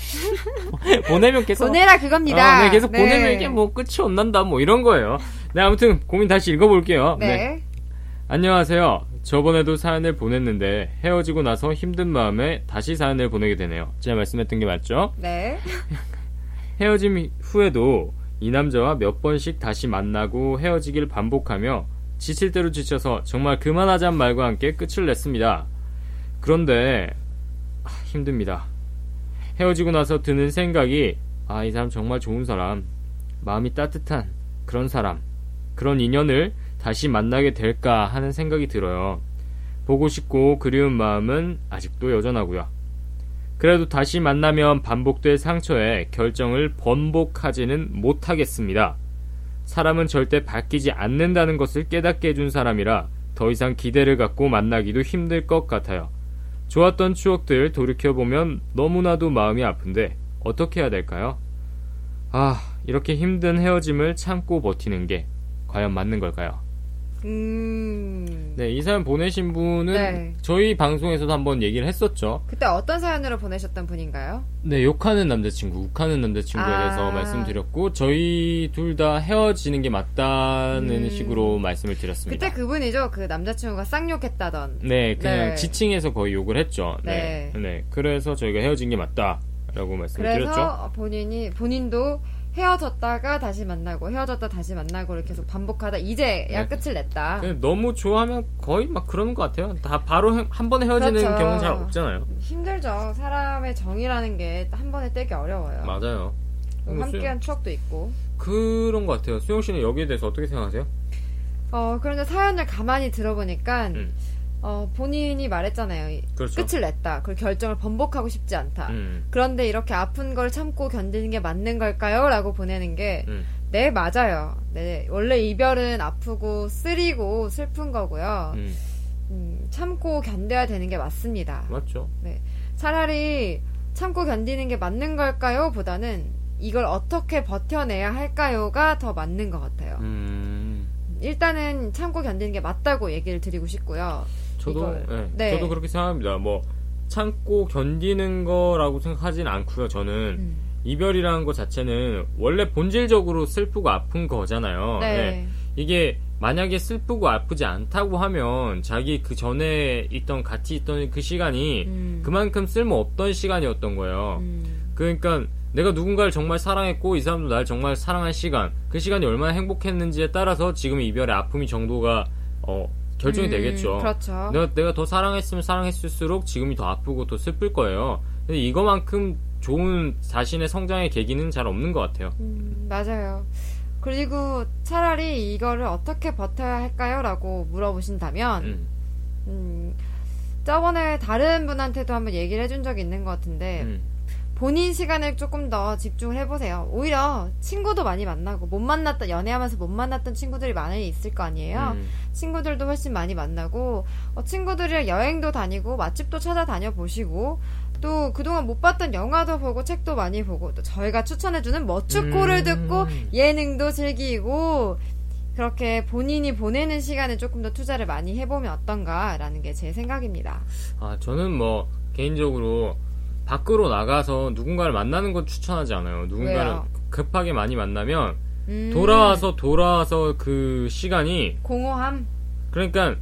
[SPEAKER 1] 보내면 계속.
[SPEAKER 2] 보내라 그겁니다.
[SPEAKER 1] 어, 네, 계속 보내면 이게 뭐 끝이 안 난다 뭐 이런 거예요. 네, 아무튼 고민 다시 읽어볼게요.
[SPEAKER 2] 네.
[SPEAKER 1] 안녕하세요. 저번에도 사연을 보냈는데 헤어지고 나서 힘든 마음에 다시 사연을 보내게 되네요. 제가 말씀했던 게 맞죠?
[SPEAKER 2] 네.
[SPEAKER 1] 헤어짐 후에도 이 남자와 몇 번씩 다시 만나고 헤어지길 반복하며 지칠 대로 지쳐서 정말 그만하자는 말과 함께 끝을 냈습니다. 그런데 아, 힘듭니다. 헤어지고 나서 드는 생각이 아 이 사람 정말 좋은 사람, 마음이 따뜻한 그런 사람, 그런 인연을 다시 만나게 될까 하는 생각이 들어요. 보고 싶고 그리운 마음은 아직도 여전하고요. 그래도 다시 만나면 반복될 상처에 결정을 번복하지는 못하겠습니다. 사람은 절대 바뀌지 않는다는 것을 깨닫게 해준 사람이라 더 이상 기대를 갖고 만나기도 힘들 것 같아요. 좋았던 추억들 돌이켜보면 너무나도 마음이 아픈데 어떻게 해야 될까요? 아, 이렇게 힘든 헤어짐을 참고 버티는 게 과연 맞는 걸까요?
[SPEAKER 2] 음.
[SPEAKER 1] 네, 이 사연 보내신 분은
[SPEAKER 2] 네.
[SPEAKER 1] 저희 방송에서도 한번 얘기를 했었죠.
[SPEAKER 2] 그때 어떤 사연으로 보내셨던 분인가요?
[SPEAKER 1] 네, 욕하는 남자친구, 욱하는 남자친구에
[SPEAKER 2] 아.
[SPEAKER 1] 대해서 말씀드렸고, 저희 둘 다 헤어지는 게 맞다는
[SPEAKER 2] 음.
[SPEAKER 1] 식으로 말씀을 드렸습니다.
[SPEAKER 2] 그때 그분이죠. 그 남자친구가 쌍욕했다던.
[SPEAKER 1] 네, 그냥
[SPEAKER 2] 네.
[SPEAKER 1] 지칭해서 거의 욕을 했죠. 네.
[SPEAKER 2] 네.
[SPEAKER 1] 네. 그래서 저희가 헤어진 게 맞다라고 말씀을 드렸죠.
[SPEAKER 2] 그래서 아. 본인이 본인도 헤어졌다가 다시 만나고 헤어졌다 다시 만나고를 계속 반복하다 이제
[SPEAKER 1] 네.
[SPEAKER 2] 야 끝을 냈다.
[SPEAKER 1] 근데 너무 좋아하면 거의 막 그러는 것 같아요. 다 바로 헤- 한 번에 헤어지는
[SPEAKER 2] 그렇죠.
[SPEAKER 1] 경우는 잘 없잖아요.
[SPEAKER 2] 힘들죠. 사람의 정이라는 게 한 번에 떼기 어려워요.
[SPEAKER 1] 맞아요. 그렇죠.
[SPEAKER 2] 또 함께한 추억도 있고.
[SPEAKER 1] 그런 것 같아요. 수영 씨는 여기에 대해서 어떻게 생각하세요?
[SPEAKER 2] 어, 그런데 사연을 가만히 들어보니까,
[SPEAKER 1] 음.
[SPEAKER 2] 어, 본인이 말했잖아요. 이-
[SPEAKER 1] 그렇죠.
[SPEAKER 2] 끝을 냈다. 그 결정을 번복하고 싶지 않다.
[SPEAKER 1] 음,
[SPEAKER 2] 그런데 이렇게 아픈 걸 참고 견디는 게 맞는 걸까요? 라고 보내는 게,
[SPEAKER 1] 음.
[SPEAKER 2] 네, 맞아요. 네, 원래 이별은 아프고 쓰리고 슬픈 거고요.
[SPEAKER 1] 음,
[SPEAKER 2] 음, 참고 견뎌야 되는 게 맞습니다. 네.
[SPEAKER 1] 맞죠.
[SPEAKER 2] 차라리 참고 견디는 게 맞는 걸까요? 보다는 이걸 어떻게 버텨내야 할까요?가 더 맞는 것 같아요.
[SPEAKER 1] 음.
[SPEAKER 2] 일단은 참고 견디는 게 맞다고 얘기를 드리고 싶고요.
[SPEAKER 1] 저도
[SPEAKER 2] 이걸.
[SPEAKER 1] 예,
[SPEAKER 2] 네.
[SPEAKER 1] 저도 그렇게 생각합니다. 뭐 참고 견디는 거라고 생각하진 않고요. 저는
[SPEAKER 2] 음.
[SPEAKER 1] 이별이라는 것 자체는 원래 본질적으로 슬프고 아픈 거잖아요. 예.
[SPEAKER 2] 네.
[SPEAKER 1] 이게 만약에 슬프고 아프지 않다고 하면 자기 그 전에 있던 같이 있던 그 시간이
[SPEAKER 2] 음.
[SPEAKER 1] 그만큼 쓸모 없던 시간이었던 거예요.
[SPEAKER 2] 음.
[SPEAKER 1] 그러니까 내가 누군가를 정말 사랑했고 이 사람도 날 정말 사랑한 시간 그 시간이 얼마나 행복했는지에 따라서 지금 이별의 아픔이 정도가 어, 결정이
[SPEAKER 2] 음,
[SPEAKER 1] 되겠죠. 네.
[SPEAKER 2] 그렇죠.
[SPEAKER 1] 내가, 내가 더 사랑했으면 사랑했을수록 지금이 더 아프고 더 슬플 거예요. 근데 이거만큼 좋은 자신의 성장의 계기는 잘 없는 것 같아요.
[SPEAKER 2] 음, 맞아요. 그리고 차라리 이거를 어떻게 버텨야 할까요? 라고 물어보신다면,
[SPEAKER 1] 음,
[SPEAKER 2] 음, 저번에 다른 분한테도 한번 얘기를 해준 적이 있는 것 같은데,
[SPEAKER 1] 음,
[SPEAKER 2] 본인 시간을 조금 더 집중을 해보세요. 오히려 친구도 많이 만나고 못 만났던 연애하면서 못 만났던 친구들이 많이 있을 거 아니에요.
[SPEAKER 1] 음,
[SPEAKER 2] 친구들도 훨씬 많이 만나고 어, 친구들이랑 여행도 다니고 맛집도 찾아다녀 보시고 또 그동안 못 봤던 영화도 보고 책도 많이 보고 또 저희가 추천해주는 뭐 멋축코를
[SPEAKER 1] 음.
[SPEAKER 2] 듣고 예능도 즐기고 그렇게 본인이 보내는 시간에 조금 더 투자를 많이 해보면 어떤가라는 게 제 생각입니다.
[SPEAKER 1] 아, 저는 뭐 개인적으로 밖으로 나가서 누군가를 만나는 건 추천하지 않아요. 누군가를
[SPEAKER 2] 왜요?
[SPEAKER 1] 급하게 많이 만나면
[SPEAKER 2] 음,
[SPEAKER 1] 돌아와서 돌아와서 그 시간이
[SPEAKER 2] 공허함.
[SPEAKER 1] 그러니까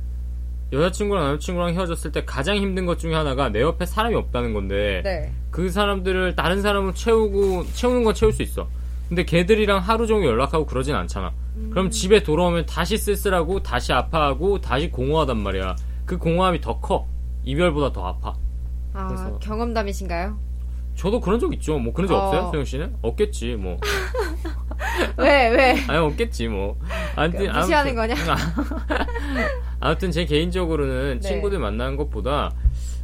[SPEAKER 1] 여자친구랑 남자친구랑 헤어졌을 때 가장 힘든 것 중에 하나가 내 옆에 사람이 없다는 건데
[SPEAKER 2] 네.
[SPEAKER 1] 그 사람들을 다른 사람으로 채우고 채우는 건 채울 수 있어. 근데 걔들이랑 하루 종일 연락하고 그러진 않잖아. 그럼 집에 돌아오면 다시 쓸쓸하고 다시 아파하고 다시 공허하단 말이야. 그 공허함이 더 커. 이별보다 더 아파.
[SPEAKER 2] 아
[SPEAKER 1] 그래서-
[SPEAKER 2] 경험담이신가요?
[SPEAKER 1] 저도 그런 적 있죠. 뭐 그런 적
[SPEAKER 2] 어.
[SPEAKER 1] 없어요, 소영 씨는? 없겠지, 뭐.
[SPEAKER 2] 왜 왜?
[SPEAKER 1] 아니 없겠지, 뭐. 아무튼
[SPEAKER 2] 그러니까 무시하는 거냐?
[SPEAKER 1] 아무튼 제 개인적으로는
[SPEAKER 2] 네.
[SPEAKER 1] 친구들 만나는 것보다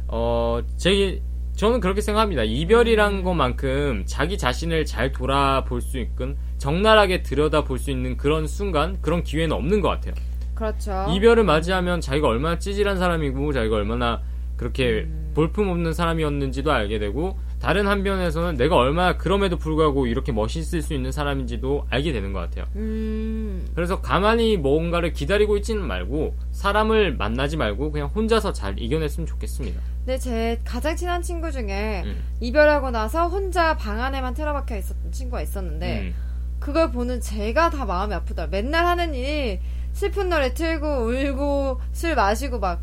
[SPEAKER 1] 어, 제 저는 그렇게 생각합니다.
[SPEAKER 2] 음.
[SPEAKER 1] 이별이란 것만큼 자기 자신을 잘 돌아볼 수 있건 적나라하게 들여다볼 수 있는 그런 순간, 그런 기회는 없는 것 같아요.
[SPEAKER 2] 그렇죠.
[SPEAKER 1] 이별을 맞이하면 자기가 얼마나 찌질한 사람이고 자기가 얼마나 그렇게
[SPEAKER 2] 음.
[SPEAKER 1] 볼품없는 사람이었는지도 알게 되고 다른 한편에서는 내가 얼마나 그럼에도 불구하고 이렇게 멋있을 수 있는 사람인지도 알게 되는 것 같아요.
[SPEAKER 2] 음,
[SPEAKER 1] 그래서 가만히 뭔가를 기다리고 있지는 말고 사람을 만나지 말고 그냥 혼자서 잘 이겨냈으면 좋겠습니다.
[SPEAKER 2] 근데 제 가장 친한 친구 중에
[SPEAKER 1] 음.
[SPEAKER 2] 이별하고 나서 혼자 방 안에만 틀어박혀 있었던 친구가 있었는데
[SPEAKER 1] 음.
[SPEAKER 2] 그걸 보는 제가 다 마음이 아프다. 맨날 하는 일이 슬픈 노래 틀고 울고 술 마시고 막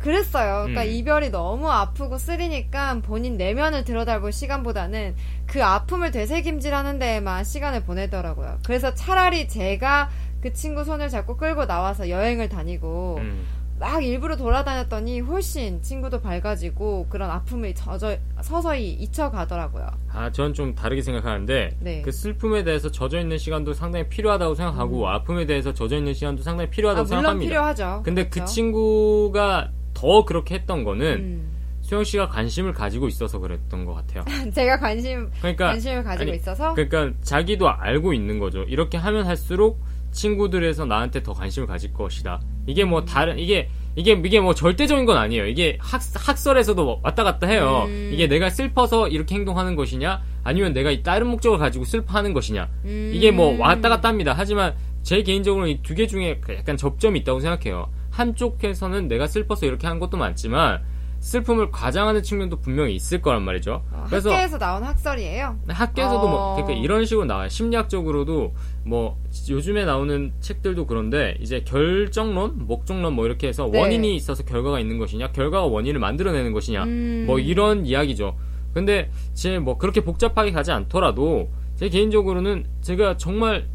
[SPEAKER 2] 그랬어요. 그러니까
[SPEAKER 1] 음.
[SPEAKER 2] 이별이 너무 아프고 쓰리니까 본인 내면을 들여다볼 시간보다는 그 아픔을 되새김질하는 데에만 시간을 보내더라고요. 그래서 차라리 제가 그 친구 손을 잡고 끌고 나와서 여행을 다니고
[SPEAKER 1] 음.
[SPEAKER 2] 막 일부러 돌아다녔더니 훨씬 친구도 밝아지고 그런 아픔을 젖어, 서서히 잊혀가더라고요.
[SPEAKER 1] 아, 저는 좀 다르게 생각하는데
[SPEAKER 2] 네.
[SPEAKER 1] 그 슬픔에 대해서 젖어 있는 시간도 상당히 필요하다고 생각하고 아픔에 대해서 젖어 있는 시간도 상당히
[SPEAKER 2] 음. 아,
[SPEAKER 1] 필요하다고
[SPEAKER 2] 물론
[SPEAKER 1] 생각합니다.
[SPEAKER 2] 필요하죠.
[SPEAKER 1] 근데 그
[SPEAKER 2] 그렇죠?
[SPEAKER 1] 친구가 더 그렇게 했던 거는
[SPEAKER 2] 음.
[SPEAKER 1] 수영 씨가 관심을 가지고 있어서 그랬던 것 같아요.
[SPEAKER 2] 제가 관심
[SPEAKER 1] 그러니까
[SPEAKER 2] 관심을 가지고
[SPEAKER 1] 아니,
[SPEAKER 2] 있어서
[SPEAKER 1] 그러니까 자기도 알고 있는 거죠. 이렇게 하면 할수록 친구들에서 나한테 더 관심을 가질 것이다. 이게 뭐 다른 이게 이게 이게 뭐 절대적인 건 아니에요. 이게 학 학설에서도 뭐 왔다 갔다 해요.
[SPEAKER 2] 음.
[SPEAKER 1] 이게 내가 슬퍼서 이렇게 행동하는 것이냐, 아니면 내가 이 다른 목적을 가지고 슬퍼하는 것이냐.
[SPEAKER 2] 음.
[SPEAKER 1] 이게 뭐 왔다 갔다 합니다. 하지만 제 개인적으로 이 두 개 중에 그 약간 접점이 있다고 생각해요. 한쪽에서는 내가 슬퍼서 이렇게 한 것도 많지만 슬픔을 과장하는 측면도 분명히 있을 거란 말이죠.
[SPEAKER 2] 어,
[SPEAKER 1] 그래서
[SPEAKER 2] 학교에서 나온 학설이에요.
[SPEAKER 1] 학교에서도
[SPEAKER 2] 어.
[SPEAKER 1] 뭐 그러니까 이런 식으로 나와요. 심리학적으로도 뭐 요즘에 나오는 책들도 그런데 이제 결정론, 목적론 뭐 이렇게 해서
[SPEAKER 2] 네.
[SPEAKER 1] 원인이 있어서 결과가 있는 것이냐, 결과가 원인을 만들어내는 것이냐,
[SPEAKER 2] 음.
[SPEAKER 1] 뭐 이런 이야기죠. 근데 제 뭐 그렇게 복잡하게 가지 않더라도 제 개인적으로는 제가 정말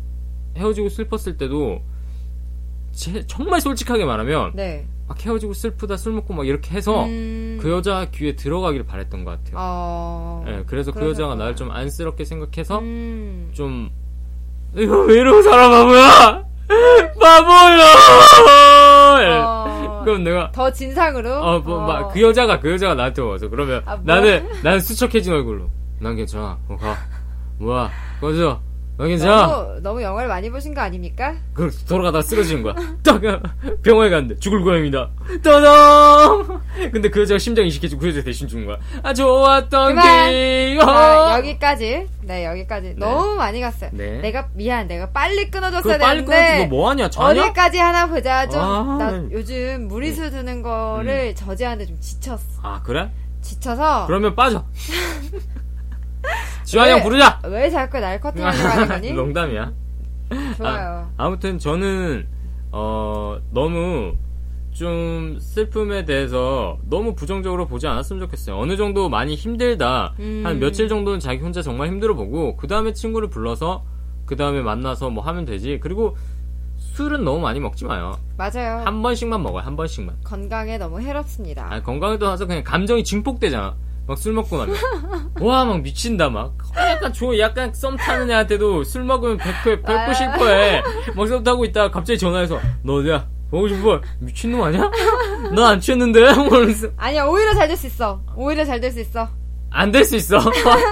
[SPEAKER 1] 헤어지고 슬펐을 때도 제 정말 솔직하게 말하면
[SPEAKER 2] 네.
[SPEAKER 1] 막 헤어지고 슬프다 술 먹고 막 이렇게 해서
[SPEAKER 2] 음.
[SPEAKER 1] 그 여자 귀에 들어가길 바랬던 것 같아요.
[SPEAKER 2] 어.
[SPEAKER 1] 예, 그래서 그
[SPEAKER 2] 그러셨구나.
[SPEAKER 1] 여자가 나를 좀 안쓰럽게 생각해서
[SPEAKER 2] 음.
[SPEAKER 1] 좀 이거 왜 이러고 살아 바보야 바보야
[SPEAKER 2] 어.
[SPEAKER 1] 네, 예. 그럼 내가
[SPEAKER 2] 더 진상으로.
[SPEAKER 1] 어뭐막그 여자가 그 여자가 나한테 와서 그러면
[SPEAKER 2] 아, 뭐야?
[SPEAKER 1] 나는 나는 수척해진 얼굴로 난 괜찮아 어, 가 뭐야 꺼져 난 괜찮아
[SPEAKER 2] 너무, 너무 영화를 많이 보신 거 아닙니까?
[SPEAKER 1] 그 돌아가다 쓰러지는 거야 딱 병원에 갔는데 죽을 고양이다 떠덤 근데 그 여자가 심장 이식해주고 그 여자 대신 죽은 거야 아 좋았던
[SPEAKER 2] 그만.
[SPEAKER 1] 기억
[SPEAKER 2] 자, 여기까지. 네, 여기까지. 너무 많이 갔어요.
[SPEAKER 1] 어. 네.
[SPEAKER 2] 내가 미안. 내가 빨리
[SPEAKER 1] 그거
[SPEAKER 2] 끊어줬어야
[SPEAKER 1] 빨리 끊어
[SPEAKER 2] 되는데.
[SPEAKER 1] 그거 뭐하냐 자냐
[SPEAKER 2] 어디까지 하나 보자. 좀,
[SPEAKER 1] 아. 네.
[SPEAKER 2] 나 요즘 무리수 드는 거를 저지하는데 좀 지쳤어.
[SPEAKER 1] 아 그래?
[SPEAKER 2] 지쳐서.
[SPEAKER 1] 그러면 빠져. 지환이
[SPEAKER 2] 왜?
[SPEAKER 1] 형 부르자.
[SPEAKER 2] 왜 자꾸 날 커팅하려고
[SPEAKER 1] 아,
[SPEAKER 2] 하는 거니?
[SPEAKER 1] 농담이야. 아,
[SPEAKER 2] 좋아요.
[SPEAKER 1] 아무튼 저는 어 너무 좀 슬픔에 대해서 너무 부정적으로 보지 않았으면 좋겠어요. 어느 정도 많이 힘들다.
[SPEAKER 2] 음.
[SPEAKER 1] 한 며칠 정도는 자기 혼자 정말 힘들어 보고 그 다음에 친구를 불러서 그 다음에 만나서 뭐 하면 되지. 그리고 술은 너무 많이 먹지 마요.
[SPEAKER 2] 맞아요.
[SPEAKER 1] 한 번씩만 먹어요. 한 번씩만.
[SPEAKER 2] 건강에 너무 해롭습니다.
[SPEAKER 1] 아, 건강에 떠나서 그냥 감정이 증폭되잖아. 막 술 먹고 나면. 와, 막 미친다, 막. 어, 약간 조, 약간 썸 타는 애한테도 술 먹으면 백포,
[SPEAKER 2] 아.
[SPEAKER 1] 백포 실퍼해. 막 썸 타고 있다가 갑자기 전화해서, 너 어디야? 보고 싶어. 미친놈 아니야? 나 안 취했는데? 막 이러면서.
[SPEAKER 2] 아니야 오히려 잘 될 수 있어. 오히려 잘 될 수 있어.
[SPEAKER 1] 안 될 수 있어.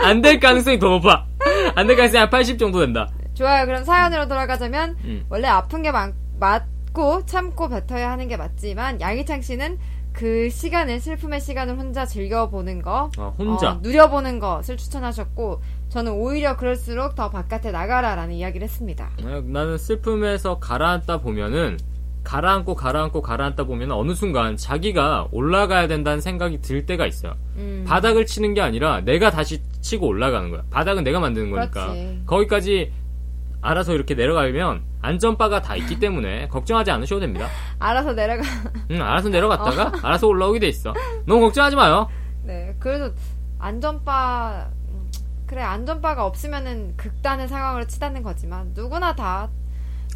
[SPEAKER 1] 안 될 가능성이 더 높아. 안 될 가능성이 한 80 정도 된다.
[SPEAKER 2] 좋아요. 그럼 사연으로 돌아가자면
[SPEAKER 1] 음.
[SPEAKER 2] 원래 아픈 게 많- 맞고 참고 뱉어야 하는 게 맞지만 양희창 씨는 그 시간을 슬픔의 시간을 혼자 즐겨보는 거
[SPEAKER 1] 아, 혼자.
[SPEAKER 2] 어, 누려보는 것을 추천하셨고 저는 오히려 그럴수록 더 바깥에 나가라라는 이야기를 했습니다.
[SPEAKER 1] 아, 나는 슬픔에서 가라앉다 보면은 가라앉고 가라앉고 가라앉다 보면 어느 순간 자기가 올라가야 된다는 생각이 들 때가 있어요.
[SPEAKER 2] 음.
[SPEAKER 1] 바닥을 치는 게 아니라 내가 다시 치고 올라가는 거야. 바닥은 내가 만드는 거니까.
[SPEAKER 2] 그렇지.
[SPEAKER 1] 거기까지 알아서 이렇게 내려가면 안전바가 다 있기 때문에 걱정하지 않으셔도 됩니다.
[SPEAKER 2] 알아서 내려가.
[SPEAKER 1] 응, 알아서
[SPEAKER 2] 어.
[SPEAKER 1] 내려갔다가 알아서 올라오게 돼 있어. 너무 걱정하지 마요.
[SPEAKER 2] 네. 그래도 안전바 음, 그래 안전바가 없으면은 극단의 상황으로 치닫는 거지만 누구나 다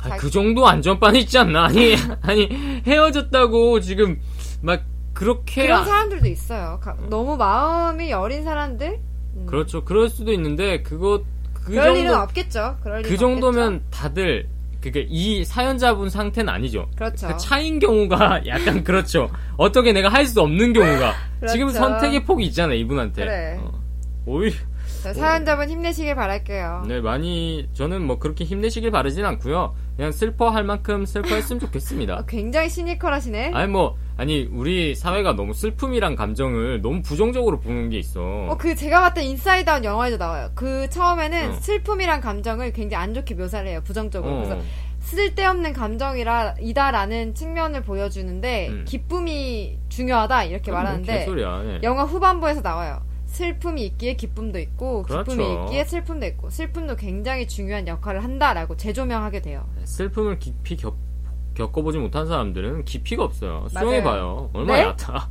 [SPEAKER 1] 아,
[SPEAKER 2] 자기-
[SPEAKER 1] 그 정도 안전바는 있지 않나? 아니, 아니 헤어졌다고 지금 막 그렇게
[SPEAKER 2] 그런
[SPEAKER 1] 아-
[SPEAKER 2] 사람들도 있어요. 가-
[SPEAKER 1] 음.
[SPEAKER 2] 너무 마음이 여린 사람들. 음.
[SPEAKER 1] 그렇죠. 그럴 수도 있는데 그거 그
[SPEAKER 2] 그럴 일은
[SPEAKER 1] 정도
[SPEAKER 2] 없겠죠. 그럴
[SPEAKER 1] 그
[SPEAKER 2] 일은
[SPEAKER 1] 정도면 다들 그게 이 사연자분 상태는 아니죠.
[SPEAKER 2] 없겠죠.
[SPEAKER 1] 그
[SPEAKER 2] 그렇죠.
[SPEAKER 1] 차인 경우가 약간 그렇죠. 어떻게 내가 할 수 없는 경우가
[SPEAKER 2] 그렇죠.
[SPEAKER 1] 지금 선택의 폭이 있잖아 요 이분한테.
[SPEAKER 2] 그래.
[SPEAKER 1] 어. 오히려
[SPEAKER 2] 자, 사연자분 힘내시길 바랄게요.
[SPEAKER 1] 네, 많이 저는 뭐 그렇게 힘내시길 바라진 않고요. 그냥 슬퍼할 만큼 슬퍼했으면
[SPEAKER 2] 아,
[SPEAKER 1] 좋겠습니다.
[SPEAKER 2] 굉장히 시니컬하시네.
[SPEAKER 1] 아니 뭐 아니 우리 사회가 너무 슬픔이란 감정을 너무 부정적으로 보는 게 있어.
[SPEAKER 2] 어, 그 제가 봤던 인사이드 아웃 영화에도 나와요. 그 처음에는
[SPEAKER 1] 어.
[SPEAKER 2] 슬픔이란 감정을 굉장히 안 좋게 묘사를 해요. 부정적으로.
[SPEAKER 1] 어.
[SPEAKER 2] 그래서 쓸데없는 감정이라 이다라는 측면을 보여주는데
[SPEAKER 1] 음.
[SPEAKER 2] 기쁨이 중요하다 이렇게
[SPEAKER 1] 뭐
[SPEAKER 2] 말하는데
[SPEAKER 1] 개소리야. 네.
[SPEAKER 2] 영화 후반부에서 나와요. 슬픔이 있기에 기쁨도 있고 기쁨이
[SPEAKER 1] 그렇죠.
[SPEAKER 2] 있기에 슬픔도 있고 슬픔도 굉장히 중요한 역할을 한다라고 재조명하게 돼요.
[SPEAKER 1] 슬픔을 깊이 겪, 겪어보지 못한 사람들은 깊이가 없어요.
[SPEAKER 2] 맞아요.
[SPEAKER 1] 수용해봐요. 얼마나
[SPEAKER 2] 네?
[SPEAKER 1] 얕아.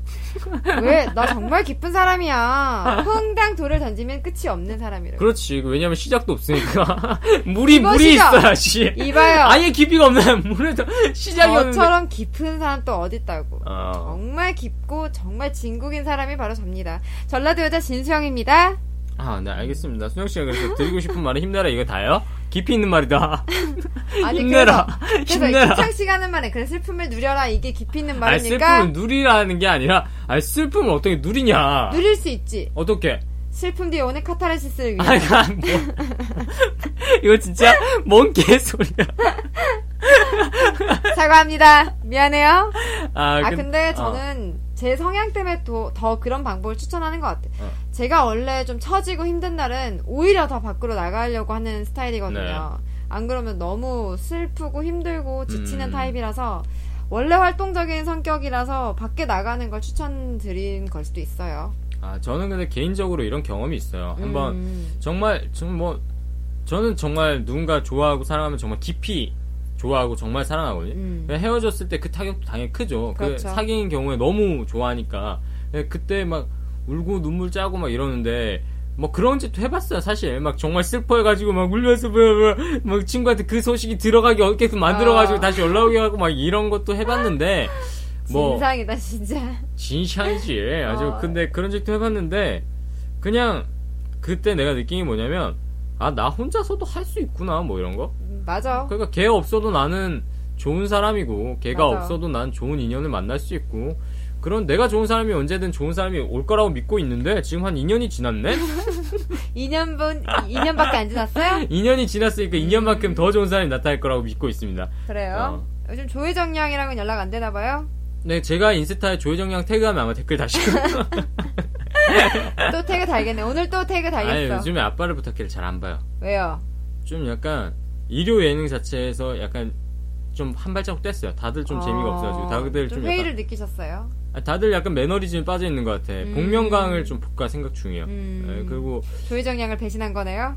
[SPEAKER 2] 왜? 나 정말 기쁜 사람이야. 흥당 돌을 던지면 끝이 없는 사람이라고.
[SPEAKER 1] 그렇지. 왜냐면 시작도 없으니까. 물이,
[SPEAKER 2] 이거
[SPEAKER 1] 물이
[SPEAKER 2] 시작!
[SPEAKER 1] 있어야지.
[SPEAKER 2] 이봐요.
[SPEAKER 1] 아예 깊이가 없는 물에 더
[SPEAKER 2] 아,
[SPEAKER 1] 시작이 없는데.
[SPEAKER 2] 저처럼 깊은 사람 또 어딨다고.
[SPEAKER 1] 어,
[SPEAKER 2] 정말 깊고 정말 진국인 사람이 바로 접니다. 전라도 여자 진수영입니다.
[SPEAKER 1] 아, 네, 알겠습니다. 수영씨가 그래서 드리고 싶은 말은 힘내라, 이거 다요? 깊이 있는 말이다. 힘내라.
[SPEAKER 2] 그래서, 그래서
[SPEAKER 1] 힘내라.
[SPEAKER 2] 창 시간은 말에 그래 슬픔을 누려라 이게 깊이 있는
[SPEAKER 1] 아니,
[SPEAKER 2] 말이니까
[SPEAKER 1] 슬픔을 누리라는 게 아니라, 아니, 슬픔을 어떻게 누리냐.
[SPEAKER 2] 누릴 수 있지.
[SPEAKER 1] 어떻게?
[SPEAKER 2] 슬픔 뒤에 오는 카타르시스를 위해.
[SPEAKER 1] 아니, 뭐. 이거 진짜, 뭔 개소리야.
[SPEAKER 2] 사과합니다. 미안해요. 아,
[SPEAKER 1] 근-
[SPEAKER 2] 근데
[SPEAKER 1] 어.
[SPEAKER 2] 저는 제 성향 때문에 더, 더 그런 방법을 추천하는 것 같아요.
[SPEAKER 1] 어.
[SPEAKER 2] 제가 원래 좀 처지고 힘든 날은 오히려 더 밖으로 나가려고 하는 스타일이거든요. 안 그러면 너무 슬프고 힘들고 지치는
[SPEAKER 1] 네. 음.
[SPEAKER 2] 타입이라서 원래 활동적인 성격이라서 밖에 나가는 걸 추천드린 걸 수도 있어요.
[SPEAKER 1] 아, 저는 근데 개인적으로 이런 경험이 있어요. 한번
[SPEAKER 2] 음.
[SPEAKER 1] 정말 저는 뭐 저는 정말 누군가 좋아하고 사랑하면 정말 깊이 좋아하고 정말 사랑하거든요.
[SPEAKER 2] 음.
[SPEAKER 1] 근데 헤어졌을 때 그 타격도 당연히 크죠. 그
[SPEAKER 2] 그렇죠.
[SPEAKER 1] 사귄 경우에 너무 좋아하니까 근데 그때 막 울고 눈물 짜고 막 이러는데 뭐 그런 짓도 해봤어요 사실 막 정말 슬퍼해가지고 막 울면서 막, 막, 막 친구한테 그 소식이 들어가기 어렵게 만들어가지고
[SPEAKER 2] 아.
[SPEAKER 1] 다시 올라오게 하고 막 이런 것도 해봤는데 뭐
[SPEAKER 2] 진상이다 진짜.
[SPEAKER 1] 진샤이지. 아주
[SPEAKER 2] 어.
[SPEAKER 1] 근데 그런 짓도 해봤는데 그냥 그때 내가 느낀 게 뭐냐면 아 나 혼자서도 할 수 있구나 뭐 이런 거.
[SPEAKER 2] 음, 맞아.
[SPEAKER 1] 그러니까 걔 없어도 나는 좋은 사람이고 걔가
[SPEAKER 2] 맞아.
[SPEAKER 1] 없어도 난 좋은 인연을 만날 수 있고 그런 내가 좋은 사람이 언제든 좋은 사람이 올 거라고 믿고 있는데 지금 한 2년이 지났네.
[SPEAKER 2] 2년분 2년밖에 안 지났어요?
[SPEAKER 1] 2년이 지났으니까 2년만큼 더 좋은 사람이 나타날 거라고 믿고 있습니다.
[SPEAKER 2] 그래요.
[SPEAKER 1] 어.
[SPEAKER 2] 요즘 조혜정 양이랑은 연락 안 되나 봐요.
[SPEAKER 1] 네, 제가 인스타에 조혜정 양 태그하면 아마 댓글 다시.
[SPEAKER 2] 또 태그 달겠네. 오늘 또 태그
[SPEAKER 1] 아니
[SPEAKER 2] 달겠어.
[SPEAKER 1] 요즘에 아빠를 부탁해를 잘 안 봐요.
[SPEAKER 2] 왜요?
[SPEAKER 1] 좀 약간 일요 예능 자체에서 약간 좀 한 발자국 뗐어요. 다들 좀 재미가
[SPEAKER 2] 어,
[SPEAKER 1] 없어가지고 다들 좀,
[SPEAKER 2] 회의를
[SPEAKER 1] 약간,
[SPEAKER 2] 느끼셨어요.
[SPEAKER 1] 아, 다들 약간 매너리즘에 빠져 있는 것 같아.
[SPEAKER 2] 음.
[SPEAKER 1] 복면가왕을 좀 볼까 생각 중이에요.
[SPEAKER 2] 음.
[SPEAKER 1] 예, 그리고
[SPEAKER 2] 조희정 양을 배신한 거네요.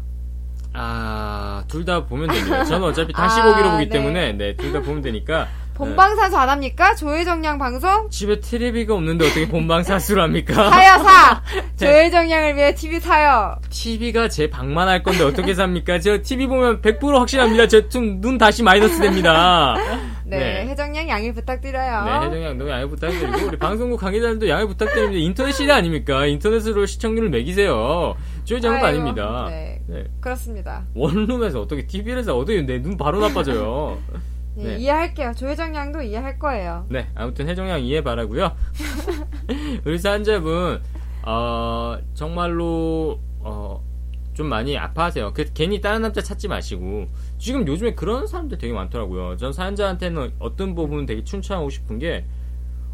[SPEAKER 1] 아 둘 다 보면 됩니다. 저는 어차피 다시
[SPEAKER 2] 아,
[SPEAKER 1] 보기로 보기
[SPEAKER 2] 네.
[SPEAKER 1] 때문에 네 둘 다 보면 되니까
[SPEAKER 2] 본방사수 안 합니까? 조혜정 양 방송?
[SPEAKER 1] 집에 테레비가 없는데 어떻게 본방사수를 합니까?
[SPEAKER 2] 사요 사.
[SPEAKER 1] 네.
[SPEAKER 2] 조혜정 양을 위해 TV 사요.
[SPEAKER 1] TV가 제 방만 할 건데 어떻게 삽니까? 저 TV 보면 100% 확실합니다. 제눈 다시 마이너스 됩니다.
[SPEAKER 2] 네, 혜정 양 양해 부탁드려요.
[SPEAKER 1] 네, 혜정이 형 너무 양해 부탁드리고 우리 방송국 관계자들도 양해 부탁드립니다. 인터넷 시대 아닙니까? 인터넷으로 시청률을 매기세요. 조회장도
[SPEAKER 2] 아이고,
[SPEAKER 1] 아닙니다.
[SPEAKER 2] 네.
[SPEAKER 1] 네.
[SPEAKER 2] 그렇습니다.
[SPEAKER 1] 원룸에서 어떻게 TV를 사 어떻게 내 눈 바로 나빠져요.
[SPEAKER 2] 네,
[SPEAKER 1] 네.
[SPEAKER 2] 이해할게요. 조혜정 양도 이해할 거예요.
[SPEAKER 1] 네, 아무튼 혜정양 이해 바라고요. 우리 사연자분 어, 정말로 어, 좀 많이 아파하세요. 그 괜히 다른 남자 찾지 마시고 지금 요즘에 그런 사람들 되게 많더라고요. 전 사연자한테는 어떤 부분 되게 춘천하고 싶은 게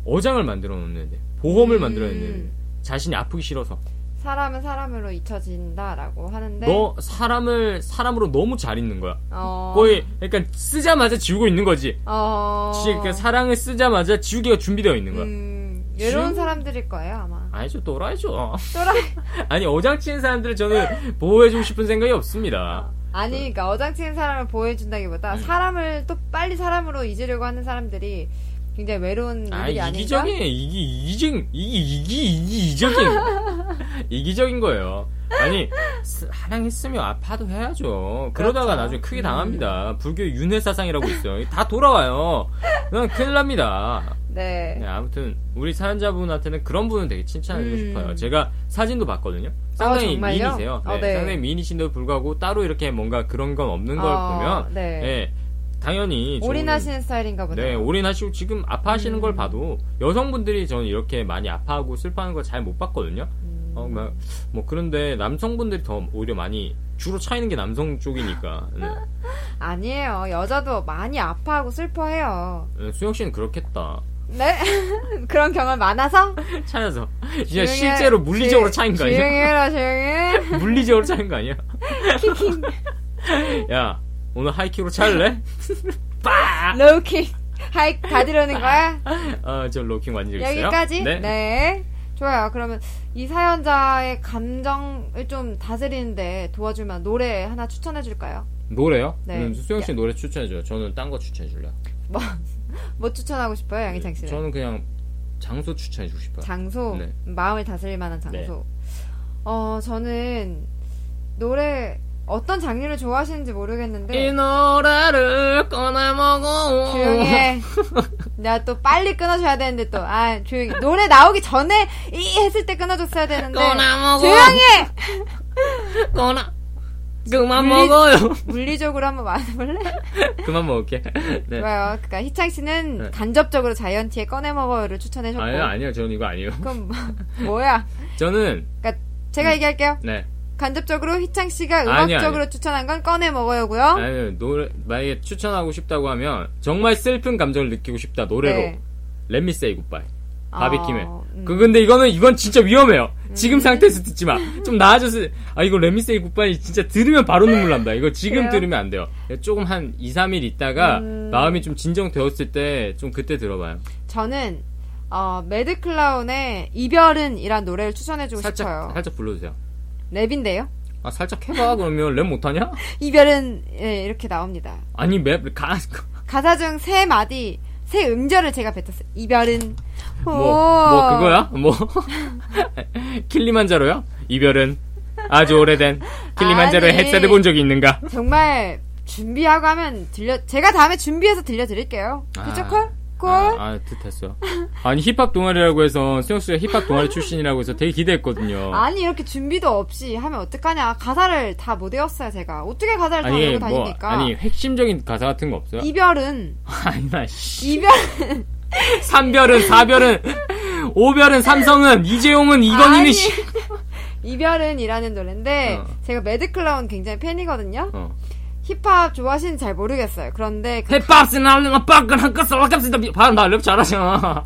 [SPEAKER 1] 어장을 만들어 놓는데 보험을
[SPEAKER 2] 음.
[SPEAKER 1] 만들어 놓는데 자신이 아프기 싫어서
[SPEAKER 2] 사람은 사람으로 잊혀진다라고 하는데
[SPEAKER 1] 너 사람을 사람으로 너무 잘 있는 거야.
[SPEAKER 2] 어,
[SPEAKER 1] 뭐? 거의 그러니까 쓰자마자 지우고 있는 거지.
[SPEAKER 2] 어,
[SPEAKER 1] 지- 그러니까 사랑을 쓰자마자 지우기가 준비되어 있는 거야.
[SPEAKER 2] 음, 외로운
[SPEAKER 1] 지금?
[SPEAKER 2] 사람들일 거예요 아마
[SPEAKER 1] 아니죠, 또라이죠.
[SPEAKER 2] 또라이
[SPEAKER 1] 아니, 어장치는 사람들을 저는 보호해주고 싶은 생각이 없습니다.
[SPEAKER 2] 아니 그러니까 어장치는 사람을 보호해준다기보다
[SPEAKER 1] 네.
[SPEAKER 2] 사람을 또 빨리 사람으로 잊으려고 하는 사람들이 굉장히 외로운
[SPEAKER 1] 아,
[SPEAKER 2] 일이 아닌가?
[SPEAKER 1] 이기적이에요. 이기, 이기적, 이기, 이기, 이기, 이기적인. 이기적인 거예요. 아니, 스- 사랑했으면 아파도 해야죠. 그러다가
[SPEAKER 2] 그렇죠.
[SPEAKER 1] 나중에 크게 당합니다. 불교 윤회사상이라고 있어요. 다 돌아와요. 그냥 큰일 납니다.
[SPEAKER 2] 네.
[SPEAKER 1] 네, 아무튼 우리 사연자분한테는 그런 분은 되게 칭찬해주고
[SPEAKER 2] 음.
[SPEAKER 1] 싶어요. 제가 사진도 봤거든요. 상당히
[SPEAKER 2] 정말요?
[SPEAKER 1] 미인이세요.
[SPEAKER 2] 어,
[SPEAKER 1] 네,
[SPEAKER 2] 네.
[SPEAKER 1] 상당히 미인이신데도 불구하고 따로 이렇게 뭔가 그런 건 없는 걸
[SPEAKER 2] 어,
[SPEAKER 1] 보면
[SPEAKER 2] 네.
[SPEAKER 1] 네, 당연히 저는-
[SPEAKER 2] 올인하시는 스타일인가
[SPEAKER 1] 네,
[SPEAKER 2] 보네요. 음.
[SPEAKER 1] 올인하시고 지금 아파하시는 걸 봐도 여성분들이 저는 이렇게 많이 아파하고 슬퍼하는 걸 잘 못 봤거든요.
[SPEAKER 2] 음.
[SPEAKER 1] 어, 막, 뭐 그런데 남성분들이 더 오히려 많이 주로 차이는 게 남성 쪽이니까 네.
[SPEAKER 2] 아니에요. 여자도 많이 아파하고 슬퍼해요.
[SPEAKER 1] 네, 수영 씨는 그렇겠다.
[SPEAKER 2] 네? 그런 경험 많아서?
[SPEAKER 1] 차여서 진짜
[SPEAKER 2] 조용히
[SPEAKER 1] 실제로
[SPEAKER 2] 해.
[SPEAKER 1] 물리적으로
[SPEAKER 2] 지-
[SPEAKER 1] 차인 거 아니야?
[SPEAKER 2] 조용히 해라, 조용히 해.
[SPEAKER 1] 물리적으로 차는 거 아니야? 야, 오늘 하이킥으로 차를래? 빠!
[SPEAKER 2] 로우킥. 하이, 다 들어오는 거야?
[SPEAKER 1] 아, 저 로킹 완전 있어요.
[SPEAKER 2] 여기까지?
[SPEAKER 1] 네.
[SPEAKER 2] 좋아요. 그러면 이 사연자의 감정을 좀 다스리는데 도와줄 만한 노래 하나 추천해 줄까요?
[SPEAKER 1] 노래요?
[SPEAKER 2] 네.
[SPEAKER 1] 음, 수영 씨 노래 추천해줘요. 저는 딴 거 추천해줄래요.
[SPEAKER 2] 뭐, 뭐 추천하고 싶어요, 양희창 씨는?
[SPEAKER 1] 네, 저는 그냥 장소 추천해주고 싶어요.
[SPEAKER 2] 장소?
[SPEAKER 1] 네.
[SPEAKER 2] 마음을 다스릴 만한 장소.
[SPEAKER 1] 네.
[SPEAKER 2] 어, 저는 노래, 어떤 장르를 좋아하시는지 모르겠는데.
[SPEAKER 1] 이 노래를 꺼내 먹어.
[SPEAKER 2] 조용히 해. 내가 또 빨리 끊어줘야 되는데 또. 아, 조용히. 노래 나오기 전에 이 했을 때 끊어줬어야 되는데.
[SPEAKER 1] 꺼내 먹어.
[SPEAKER 2] 조용히 해!
[SPEAKER 1] 꺼내. 그만
[SPEAKER 2] 물리-
[SPEAKER 1] 먹어요.
[SPEAKER 2] 물리적으로 한번 말해볼래?
[SPEAKER 1] 그만 먹을게. 네.
[SPEAKER 2] 좋아요. 그니까 희창 씨는
[SPEAKER 1] 네.
[SPEAKER 2] 간접적으로 자이언티의 꺼내 먹어요를 추천해줬고.
[SPEAKER 1] 아니요, 아니요. 저는 이거 아니에요.
[SPEAKER 2] 그럼 뭐, 야
[SPEAKER 1] 저는,
[SPEAKER 2] 그니까 제가 얘기할게요.
[SPEAKER 1] 네.
[SPEAKER 2] 간접적으로 희창 씨가
[SPEAKER 1] 아니요, 네, 아니요.
[SPEAKER 2] 음악적으로 추천한 건 꺼내 먹어요고요.
[SPEAKER 1] 아니, 노래, 만약에 추천하고 싶다고 하면 정말 슬픈 감정을 느끼고 싶다. 노래로.
[SPEAKER 2] 네.
[SPEAKER 1] Let me say goodbye. 바비킴의.
[SPEAKER 2] 어, 음.
[SPEAKER 1] 그 근데 이거는 이건 진짜 위험해요. 지금 상태에서 듣지 마. 좀 나아져서 아 이거 레미세이 굿바이 진짜 들으면 바로 눈물 난다. 이거 지금
[SPEAKER 2] 그래요?
[SPEAKER 1] 들으면 안 돼요. 조금 한 2, 3일 있다가 마음이 좀 진정되었을 때 좀 그때 들어봐요.
[SPEAKER 2] 저는 어, 매드클라운의 이별은이란 노래를 추천해주고
[SPEAKER 1] 살짝
[SPEAKER 2] 싶어요.
[SPEAKER 1] 살짝 불러주세요.
[SPEAKER 2] 랩인데요.
[SPEAKER 1] 아 살짝 해봐 그러면 랩 못하냐?
[SPEAKER 2] 이별은 예, 이렇게 나옵니다.
[SPEAKER 1] 아니 맵가
[SPEAKER 2] 가사 중 세 마디 세 음절을 제가 뱉었어요. 이별은
[SPEAKER 1] 뭐, 뭐
[SPEAKER 2] 오.
[SPEAKER 1] 그거야? 뭐 킬리만자로요? 이별은 아주 오래된 킬리만자로의
[SPEAKER 2] 아니.
[SPEAKER 1] 햇살을 본 적이 있는가?
[SPEAKER 2] 정말 준비하고 하면 들려 제가 다음에 준비해서 들려드릴게요. 그쵸
[SPEAKER 1] 아.
[SPEAKER 2] 콜? 콜?
[SPEAKER 1] 아, 아, 뜻했어요. 아니, 힙합 동아리라고 해서, 수영 씨가 힙합 동아리 출신이라고 해서 되게 기대했거든요.
[SPEAKER 2] 아니 이렇게 준비도 없이 하면 어떡하냐 가사를 다 못 외웠어요 제가 어떻게 가사를 다
[SPEAKER 1] 아니,
[SPEAKER 2] 외우고
[SPEAKER 1] 뭐,
[SPEAKER 2] 다닙니까
[SPEAKER 1] 아니, 핵심적인 가사 같은 거 없어요?
[SPEAKER 2] 이별은
[SPEAKER 1] 아니, 나, 씨.
[SPEAKER 2] 이별
[SPEAKER 1] 3별은, 4별은, 5별은, 삼성은, 이재용은, 이건희는,
[SPEAKER 2] 아니.
[SPEAKER 1] 씨.
[SPEAKER 2] 이별은이라는 노래인데
[SPEAKER 1] 어.
[SPEAKER 2] 제가 매드클라운 굉장히 팬이거든요
[SPEAKER 1] 어.
[SPEAKER 2] 힙합 좋아하시는지 잘 모르겠어요 그런데 그-
[SPEAKER 1] 햇밥스 날리나 아, 빠끈한 가스 와깝스 바로 나랩 잘하잖아.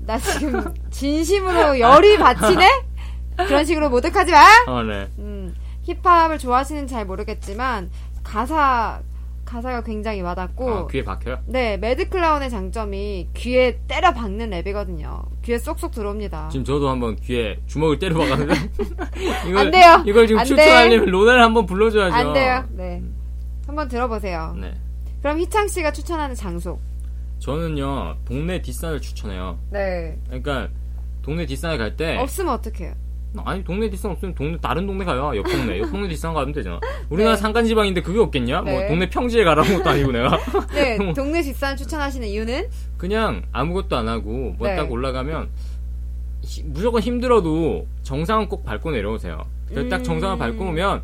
[SPEAKER 2] 나 지금 진심으로 열이 받치네? 그런 식으로 모독하지 마!
[SPEAKER 1] 어, 네.
[SPEAKER 2] 음, 힙합을 좋아하시는지 잘 모르겠지만, 가사, 가사가 굉장히 와닿고,
[SPEAKER 1] 아, 귀에 박혀요?
[SPEAKER 2] 네, 매드클라운의 장점이 귀에 때려 박는 랩이거든요. 귀에 쏙쏙 들어옵니다.
[SPEAKER 1] 지금 저도 한번 귀에 주먹을 때려박았는데. 이걸,
[SPEAKER 2] 안 돼요.
[SPEAKER 1] 이걸 지금
[SPEAKER 2] 안 돼.
[SPEAKER 1] 추천하려면 로나를 한번 불러줘야죠.
[SPEAKER 2] 안 돼요.
[SPEAKER 1] 음.
[SPEAKER 2] 네. 한번 들어보세요.
[SPEAKER 1] 네.
[SPEAKER 2] 그럼 희창 씨가 추천하는 장소.
[SPEAKER 1] 저는요, 동네 뒷산을 추천해요.
[SPEAKER 2] 네.
[SPEAKER 1] 그러니까 동네 뒷산에 갈 때
[SPEAKER 2] 없으면 어떡해요?
[SPEAKER 1] 아니 동네 뒷산 없으면 동네 다른 동네 가요 옆 동네 옆 동네 뒷산 가면 되잖아 우리나라 산간지방인데 그게 없겠냐
[SPEAKER 2] 네.
[SPEAKER 1] 뭐 동네 평지에 가라는 것도 아니고 내가
[SPEAKER 2] 네, 동네 뒷산 추천하시는 이유는?
[SPEAKER 1] 그냥 아무것도 안 하고 뭐
[SPEAKER 2] 네.
[SPEAKER 1] 딱 올라가면 히- 무조건 힘들어도 정상은 꼭 밟고 내려오세요 그래서
[SPEAKER 2] 음.
[SPEAKER 1] 딱 정상을 밟고 오면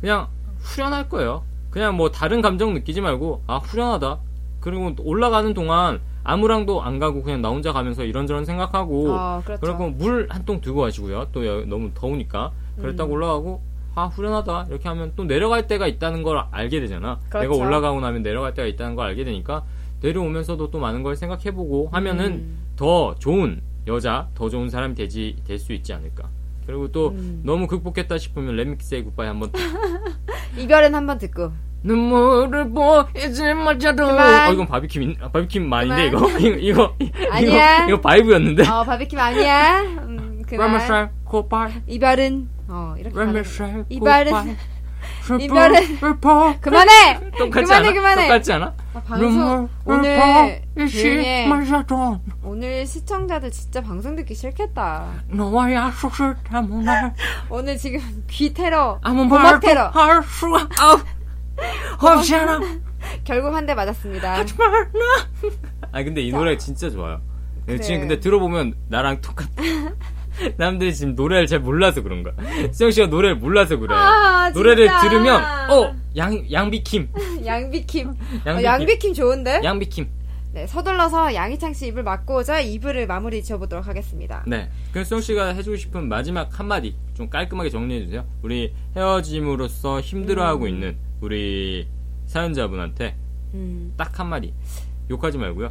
[SPEAKER 1] 그냥 후련할 거예요 그냥 뭐 다른 감정 느끼지 말고 아 후련하다 그리고 올라가는 동안 아무랑도 안 가고 그냥 나 혼자 가면서 이런저런 생각하고
[SPEAKER 2] 아, 그렇죠.
[SPEAKER 1] 그리고 물 한 통 들고 가시고요. 또 여- 너무 더우니까
[SPEAKER 2] 음.
[SPEAKER 1] 그랬다고 올라가고 아 후련하다 이렇게 하면 또 내려갈 때가 있다는 걸 알게 되잖아.
[SPEAKER 2] 그렇죠.
[SPEAKER 1] 내가 올라가고 나면 내려갈 때가 있다는 걸 알게 되니까 내려오면서도 또 많은 걸 생각해보고 하면은
[SPEAKER 2] 음.
[SPEAKER 1] 더 좋은 여자, 더 좋은 사람이 되지 될 수 있지 않을까. 그리고 또
[SPEAKER 2] 음.
[SPEAKER 1] 너무 극복했다 싶으면 레믹스의 굿바이 한번
[SPEAKER 2] 이별은 한번 듣고.
[SPEAKER 1] 눈물을 보이지 말자로.
[SPEAKER 2] 그만.
[SPEAKER 1] 어 이건 바비킴 아, 바비킴 만인데 이거
[SPEAKER 2] 그만.
[SPEAKER 1] 이거 이거
[SPEAKER 2] 아니야.
[SPEAKER 1] 이거, 이거 바이브였는데.
[SPEAKER 2] 어, 바비킴 아니야. 음, 그만.
[SPEAKER 1] 레미셀 고발
[SPEAKER 2] 이별은 어, 이렇게 가는 거야.
[SPEAKER 1] 레미셀
[SPEAKER 2] 이별은
[SPEAKER 1] 고발.
[SPEAKER 2] 이별은-
[SPEAKER 1] 슬퍼.
[SPEAKER 2] 그만해.
[SPEAKER 1] 똑같지
[SPEAKER 2] 그만해
[SPEAKER 1] 않아?
[SPEAKER 2] 그만해.
[SPEAKER 1] 똑같지 않아?
[SPEAKER 2] 아, 방송 오늘 조용해.
[SPEAKER 1] 말자도
[SPEAKER 2] 오늘 시청자들 진짜 방송 듣기 싫겠다.
[SPEAKER 1] 너와 약속을 때문에
[SPEAKER 2] 오늘 지금 귀 테러,
[SPEAKER 1] 아무
[SPEAKER 2] 고막
[SPEAKER 1] 말도
[SPEAKER 2] 테러.
[SPEAKER 1] 할 수가 없- 없잖아.
[SPEAKER 2] 결국 한 대 맞았습니다.
[SPEAKER 1] 아 근데 이 노래 진짜 좋아요. 네,
[SPEAKER 2] 그래.
[SPEAKER 1] 지금 근데 들어보면 나랑 똑같. 남들이 지금 노래를 잘 몰라서 그런가. 수영 씨가 노래를 몰라서 그래.
[SPEAKER 2] 아, 진짜.
[SPEAKER 1] 노래를 들으면 어양 양비킴
[SPEAKER 2] 양비킴. 어,
[SPEAKER 1] 양비킴.
[SPEAKER 2] 아, 양비킴, 양비킴 좋은데?
[SPEAKER 1] 양비킴.
[SPEAKER 2] 네, 서둘러서 양희창 씨 입을 막고 오자 이불을 마무리 지어보도록 하겠습니다.
[SPEAKER 1] 네. 그래서 수영 씨가 해주고 싶은 마지막 한마디 좀 깔끔하게 정리해 주세요. 우리 헤어짐으로써 힘들어하고 있는 우리 사연자분한테
[SPEAKER 2] 음.
[SPEAKER 1] 딱 한마디 욕하지 말고요.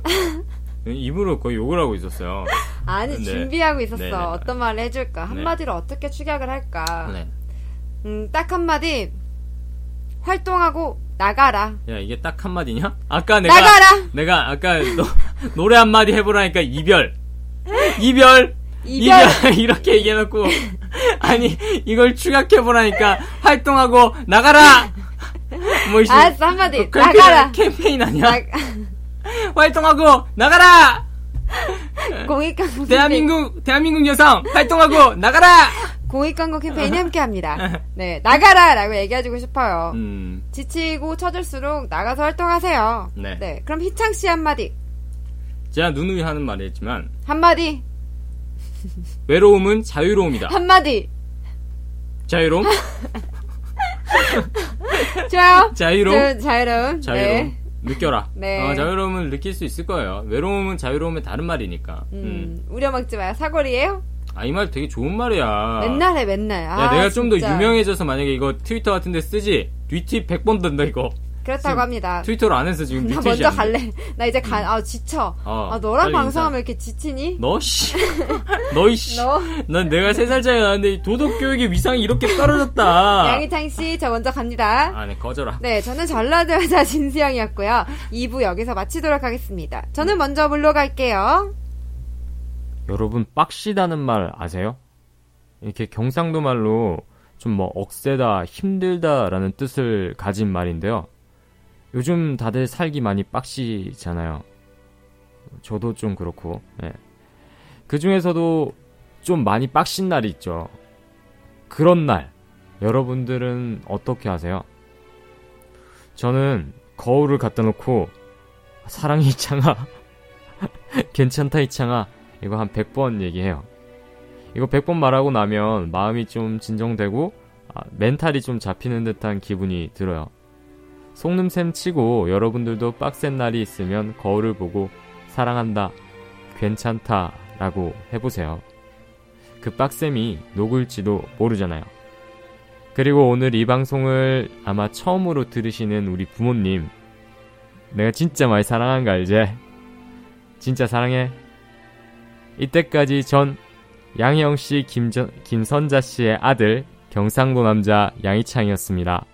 [SPEAKER 1] 입으로 거의 욕을 하고 있었어요.
[SPEAKER 2] 아니
[SPEAKER 1] 네.
[SPEAKER 2] 준비하고 있었어.
[SPEAKER 1] 네, 네.
[SPEAKER 2] 어떤 말을 해줄까?
[SPEAKER 1] 네.
[SPEAKER 2] 한마디로 어떻게 축약을 할까?
[SPEAKER 1] 네.
[SPEAKER 2] 음, 딱 한마디. 활동하고 나가라.
[SPEAKER 1] 야 이게 딱 한마디냐? 아까 내가
[SPEAKER 2] 나가라!
[SPEAKER 1] 내가 아까 너, 노래 한마디 해보라니까 이별 이별
[SPEAKER 2] 이별!
[SPEAKER 1] 이렇게 얘기해놓고 아니 이걸 추격해보라니까 활동하고 나가라 뭐 이씨,
[SPEAKER 2] 알았어, 아, 한마디.
[SPEAKER 1] 그렇게
[SPEAKER 2] 나가라!
[SPEAKER 1] 캠페인 아니야
[SPEAKER 2] 나-
[SPEAKER 1] 활동하고 나가라
[SPEAKER 2] 공익광고 캠페인,
[SPEAKER 1] 대한민국 대한민국 여성 활동하고 나가라
[SPEAKER 2] 공익광고 캠페인에 함께
[SPEAKER 1] 아.
[SPEAKER 2] 합니다. 네, 나가라! 라고 얘기해주고 싶어요.
[SPEAKER 1] 음
[SPEAKER 2] 지치고 처질수록 나가서 활동하세요.
[SPEAKER 1] 네.
[SPEAKER 2] 그럼 희창 씨 한마디.
[SPEAKER 1] 제가 누누이 하는 말이었지만
[SPEAKER 2] 한마디.
[SPEAKER 1] 외로움은 자유로움이다
[SPEAKER 2] 한마디.
[SPEAKER 1] 자유로움
[SPEAKER 2] 좋아요.
[SPEAKER 1] 자유로움
[SPEAKER 2] 자- 자유로움.
[SPEAKER 1] 자유로움
[SPEAKER 2] 네.
[SPEAKER 1] 느껴라.
[SPEAKER 2] 네.
[SPEAKER 1] 어, 자유로움을 느낄 수 있을 거예요. 외로움은 자유로움의 다른 말이니까. 음.
[SPEAKER 2] 음, 우려 먹지 마요. 사거리예요
[SPEAKER 1] 아, 이 말 되게 좋은 말이야.
[SPEAKER 2] 맨날 해, 맨날.
[SPEAKER 1] 아. 야,
[SPEAKER 2] 아,
[SPEAKER 1] 내가 좀 더
[SPEAKER 2] 진짜.
[SPEAKER 1] 유명해져서 만약에 이거 트위터 같은 데 쓰지? 리트윗 100번 던다, 이거.
[SPEAKER 2] 그렇다고 합니다.
[SPEAKER 1] 트위터로 안 해서 지금
[SPEAKER 2] 나
[SPEAKER 1] 리트윗이
[SPEAKER 2] 먼저
[SPEAKER 1] 안 돼.
[SPEAKER 2] 갈래. 나 이제 가, 아, 지쳐.
[SPEAKER 1] 음. 어,
[SPEAKER 2] 아, 너랑
[SPEAKER 1] 빨리 뭐,
[SPEAKER 2] 방송하면 이렇게 지치니?
[SPEAKER 1] 너, 씨. 너, 이 씨.
[SPEAKER 2] 너.
[SPEAKER 1] 난 내가 3살 차이 나는데 도덕교육의 위상이 이렇게 떨어졌다.
[SPEAKER 2] 양희창 씨, 저 먼저 갑니다.
[SPEAKER 1] 아, 네, 꺼져라.
[SPEAKER 2] 네, 저는 전라도 여자 진수영이었고요. 2부 여기서 마치도록 하겠습니다. 저는 먼저 물러갈게요.
[SPEAKER 1] 여러분 빡시다는 말 아세요? 이렇게 경상도 말로 좀 뭐 억세다, 힘들다라는 뜻을 가진 말인데요. 요즘 다들 살기 많이 빡시잖아요. 저도 좀 그렇고. 네. 그 중에서도 좀 많이 빡신 날이 있죠. 그런 날 여러분들은 어떻게 하세요? 저는 거울을 갖다 놓고 사랑이 창아 괜찮다 이창아 이거 한 100번 얘기해요. 이거 100번 말하고 나면 마음이 좀 진정되고 아, 멘탈이 좀 잡히는 듯한 기분이 들어요. 속눈샘 치고 여러분들도 빡센 날이 있으면 거울을 보고 사랑한다, 괜찮다 라고 해보세요. 그 빡셈이 녹을지도 모르잖아요. 그리고 오늘 이 방송을 아마 처음으로 들으시는 우리 부모님. 내가 진짜 많이 사랑한 거 알지? 진짜 사랑해. 이때까지 전 양희영 씨, 김전, 김선자 씨의 아들, 경상도 남자 양희창이었습니다.